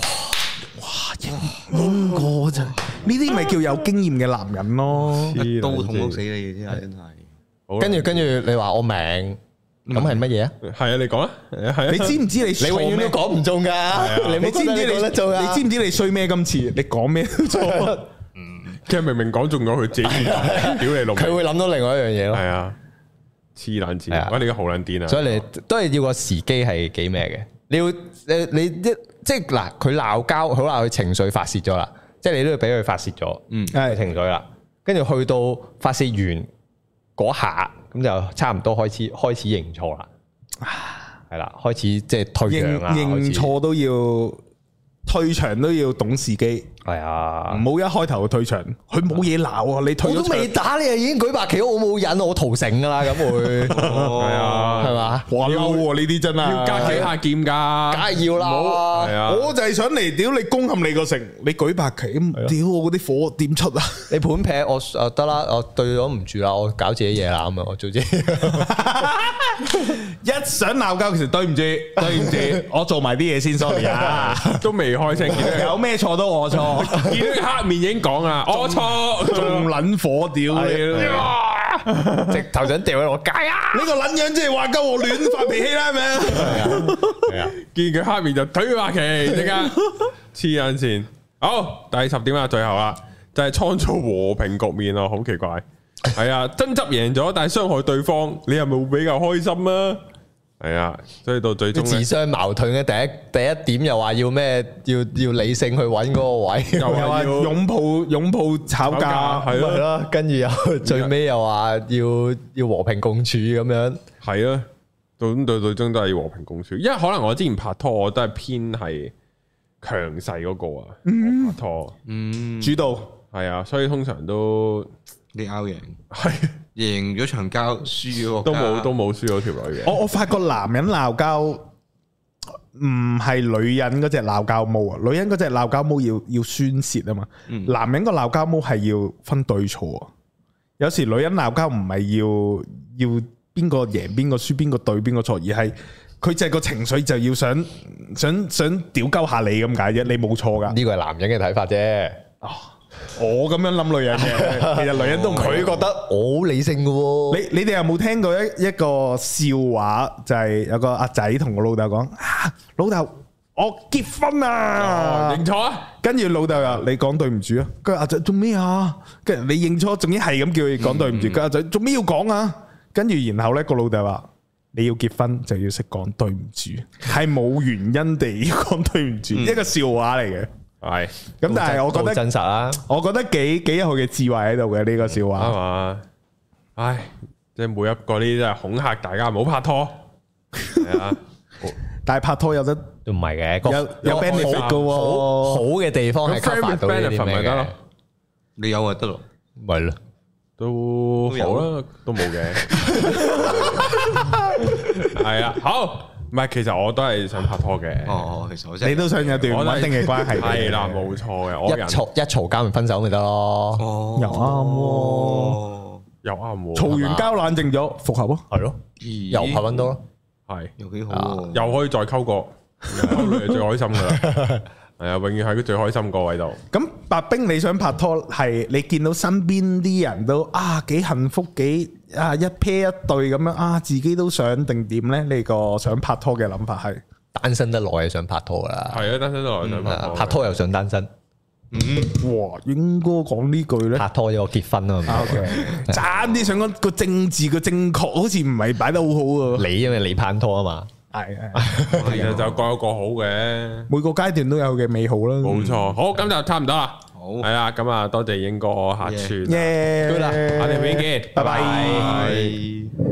Speaker 2: 我就呢啲咪叫有經驗嘅男人咯。
Speaker 4: 一刀捅到死你嘅啫，真係。
Speaker 3: 跟住跟住你話我明，咁係乜嘢啊？
Speaker 1: 係啊，你講啊，係啊，
Speaker 2: 你知唔知你
Speaker 3: 你
Speaker 2: 錯
Speaker 3: 永遠
Speaker 2: 咩
Speaker 3: 都？講唔中噶，啊你
Speaker 2: 你
Speaker 3: 冇
Speaker 2: 知唔知你
Speaker 3: 講得中
Speaker 2: 你
Speaker 3: 啊？
Speaker 2: 知唔知你衰咩？今次你講咩都 錯。
Speaker 1: 其實明明講中咗佢 自己意見，屌你老
Speaker 3: 佢
Speaker 1: 味，
Speaker 3: 會諗到另外一樣嘢
Speaker 1: 係
Speaker 3: 咯。
Speaker 1: 啊，黐撚
Speaker 3: 係啊
Speaker 1: 線，喂，你而家好撚癲啊！
Speaker 3: 所以你都係要個時機係幾咩嘅？你要你你一即係嗱，佢鬧交好啦，佢情緒發泄咗啦，即係你都要俾佢發泄咗，嗯，
Speaker 2: 係
Speaker 3: 情緒啦。跟住去到發泄完嗰下，咁就差唔多開始開始認錯啦，係啦，開始即係退
Speaker 2: 認
Speaker 3: 讓啊，開始
Speaker 2: 認錯都要退場都要懂時機，
Speaker 3: 係
Speaker 2: 唔
Speaker 3: 啊。
Speaker 2: 好一開頭就退場。佢冇嘢鬧啊，你退
Speaker 3: 我都
Speaker 2: 咗
Speaker 3: 未
Speaker 2: 場，
Speaker 3: 打你啊，已經舉白旗，我冇忍，我屠城噶啦，咁會哦
Speaker 1: 係啊，
Speaker 3: 係嘛？
Speaker 2: 哇嬲喎呢啲真
Speaker 1: 要加
Speaker 2: 啊！
Speaker 1: 幾下劍㗎，
Speaker 3: 梗係要啦
Speaker 1: 係，啊，
Speaker 2: 我就係想嚟屌你攻陷你個城，你舉白旗，屌我嗰啲火點出啊？
Speaker 3: 你盤劈我啊得啦，我對咗唔住啦，我搞自己嘢啦咁啊，我做 自己。
Speaker 2: 一想鬧交，其實對唔住， 對唔住，我做埋啲嘢先，sorry 啊！
Speaker 1: 都未開聲，見到
Speaker 2: 有咩錯都 我錯，
Speaker 1: 佢見到佢黑面已經講啊，我
Speaker 2: 仲
Speaker 1: 錯，
Speaker 2: 撚火屌你！
Speaker 3: 直頭想掉喺我街啊！
Speaker 2: 你個撚樣即係話鳩我亂發脾氣啦，係咪？
Speaker 3: 係啊，
Speaker 1: 見佢黑面就懟佢話 旗，即刻黐撚線。好，第十點啊，最後啦，就係創造和平局面啊，好奇怪。係啊，爭執贏咗，但係傷害對方，你係咪會比較開心啊？係啊，所以到最終
Speaker 3: 自
Speaker 1: 呢
Speaker 3: 相矛盾嘅第一第一點又話要咩？要要理性去揾嗰個位，
Speaker 1: 又
Speaker 2: 又話
Speaker 1: 係要。
Speaker 2: 擁抱擁抱吵
Speaker 1: 吵
Speaker 2: 架
Speaker 1: 架。係咯
Speaker 3: 係咯，跟 住又最尾又話要要和平共處咁樣，
Speaker 1: 系啊，到咁到最終都係和平共處，因為可能我之前拍拖我都係偏係強勢嗰個啊，我拍拖
Speaker 4: 嗯，
Speaker 2: 主導，
Speaker 1: 係啊，所以通常都
Speaker 4: 你拗贏，
Speaker 1: 係
Speaker 4: 贏咗場交，輸咗個
Speaker 1: 都
Speaker 4: 家
Speaker 3: 啊
Speaker 1: 冇都冇輸咗條女
Speaker 3: 哦
Speaker 1: 嘅。
Speaker 2: 我我发觉男人鬧交唔係女人嗰只鬧交毛啊，女人嗰只鬧交毛要要宣泄啊嘛，男人個鬧交毛係要分對錯啊。有時女人鬧交唔係要要邊個贏邊個輸邊個對邊個錯，而係佢就係個情緒就要想想想屌鳩下你咁解啫，你冇錯噶。
Speaker 3: 呢個係男人嘅睇法啫。
Speaker 2: 我咁樣諗女人嘅，其實女人都唔係
Speaker 3: 佢覺得我好理性嘅喎，
Speaker 2: 你你哋有冇聽過一一個笑話？就係、有個阿仔同個老豆講：啊，老豆，我結婚
Speaker 1: 哦
Speaker 2: 啦！
Speaker 1: 認錯啊！
Speaker 2: 跟住老豆又你講對唔住啊！跟住阿仔做咩啊？跟住你認錯，仲要係咁叫佢講對唔住。跟住阿仔做咩要講啊？跟住然後咧個老豆話：你要結婚就要識講對唔住，係冇原因地要講對唔住，一個笑話嚟嘅。
Speaker 1: 係
Speaker 2: 咁但係我覺
Speaker 3: 都
Speaker 2: 得
Speaker 3: 真實啊，
Speaker 2: 我覺得幾幾有佢嘅智慧喺度嘅呢個笑話
Speaker 1: 啱。嘛？唉，即係每一個呢啲都係恐嚇大家唔好拍拖。係啊，
Speaker 2: 但係拍拖有得
Speaker 3: 都唔係嘅，個
Speaker 2: 有有
Speaker 3: 個
Speaker 2: benefit
Speaker 3: 好
Speaker 2: 嘅喎
Speaker 3: 好好嘅地方係
Speaker 1: 咁 friend
Speaker 3: cover
Speaker 1: with
Speaker 3: 到呢
Speaker 1: benefit
Speaker 3: 啲
Speaker 1: 咪
Speaker 3: 咩
Speaker 1: 得
Speaker 3: 嘅
Speaker 1: 咯，
Speaker 4: 你有就得咯。
Speaker 3: 咪咯，
Speaker 1: 都
Speaker 4: 都有
Speaker 1: 好啦，都冇嘅。係啊，好。唔係，其實我都係想拍拖嘅。
Speaker 4: 哦，其實我真係
Speaker 2: 你都想有段
Speaker 1: 我
Speaker 2: 唔
Speaker 1: 都係
Speaker 2: 穩定嘅關係嘅。
Speaker 1: 係啦，冇錯嘅。
Speaker 3: 一
Speaker 1: 我人
Speaker 3: 嘈一嘈交咪分手咪得咯，
Speaker 4: 哦，
Speaker 2: 又啱
Speaker 4: 哦，
Speaker 1: 又啱喎，
Speaker 2: 嘈完交冷靜咗，復合咯。
Speaker 3: 係咯，
Speaker 4: 咦
Speaker 3: 又拍温多咯，
Speaker 1: 係
Speaker 4: 又幾好喎，
Speaker 1: 又可以再溝過，溝女係最開心噶啦。係啊，永遠喺佢最開心個位度。
Speaker 2: 咁白冰，你想拍拖係你見到身邊啲人都啊幾幸福幾啊一 pair 一對咁樣啊，自己都想定點呢？你個想拍拖嘅諗法係
Speaker 3: 單身得耐係想拍拖㗎啦，
Speaker 1: 係啊，單身都來想拍拖，
Speaker 3: 拍拖又想單身，
Speaker 2: 哇，應該講呢句呢。
Speaker 3: 拍拖又結婚啊嘛
Speaker 2: O，K，差啲想講個政治嘅正確，好似唔係擺得好好
Speaker 3: 你因為你拍拖啊嘛，
Speaker 2: 啊。係係
Speaker 1: 其實就各有各好嘅。
Speaker 2: 每個階段都有佢嘅美好啦。
Speaker 1: 冇錯，好，咁就差唔多啦。
Speaker 4: 好
Speaker 1: 係啦，咁啊，多謝英哥，下次
Speaker 2: 耶，
Speaker 3: 好啦
Speaker 1: 我哋明天見
Speaker 2: 拜
Speaker 1: 拜
Speaker 2: 拜。
Speaker 1: 拜
Speaker 4: 係。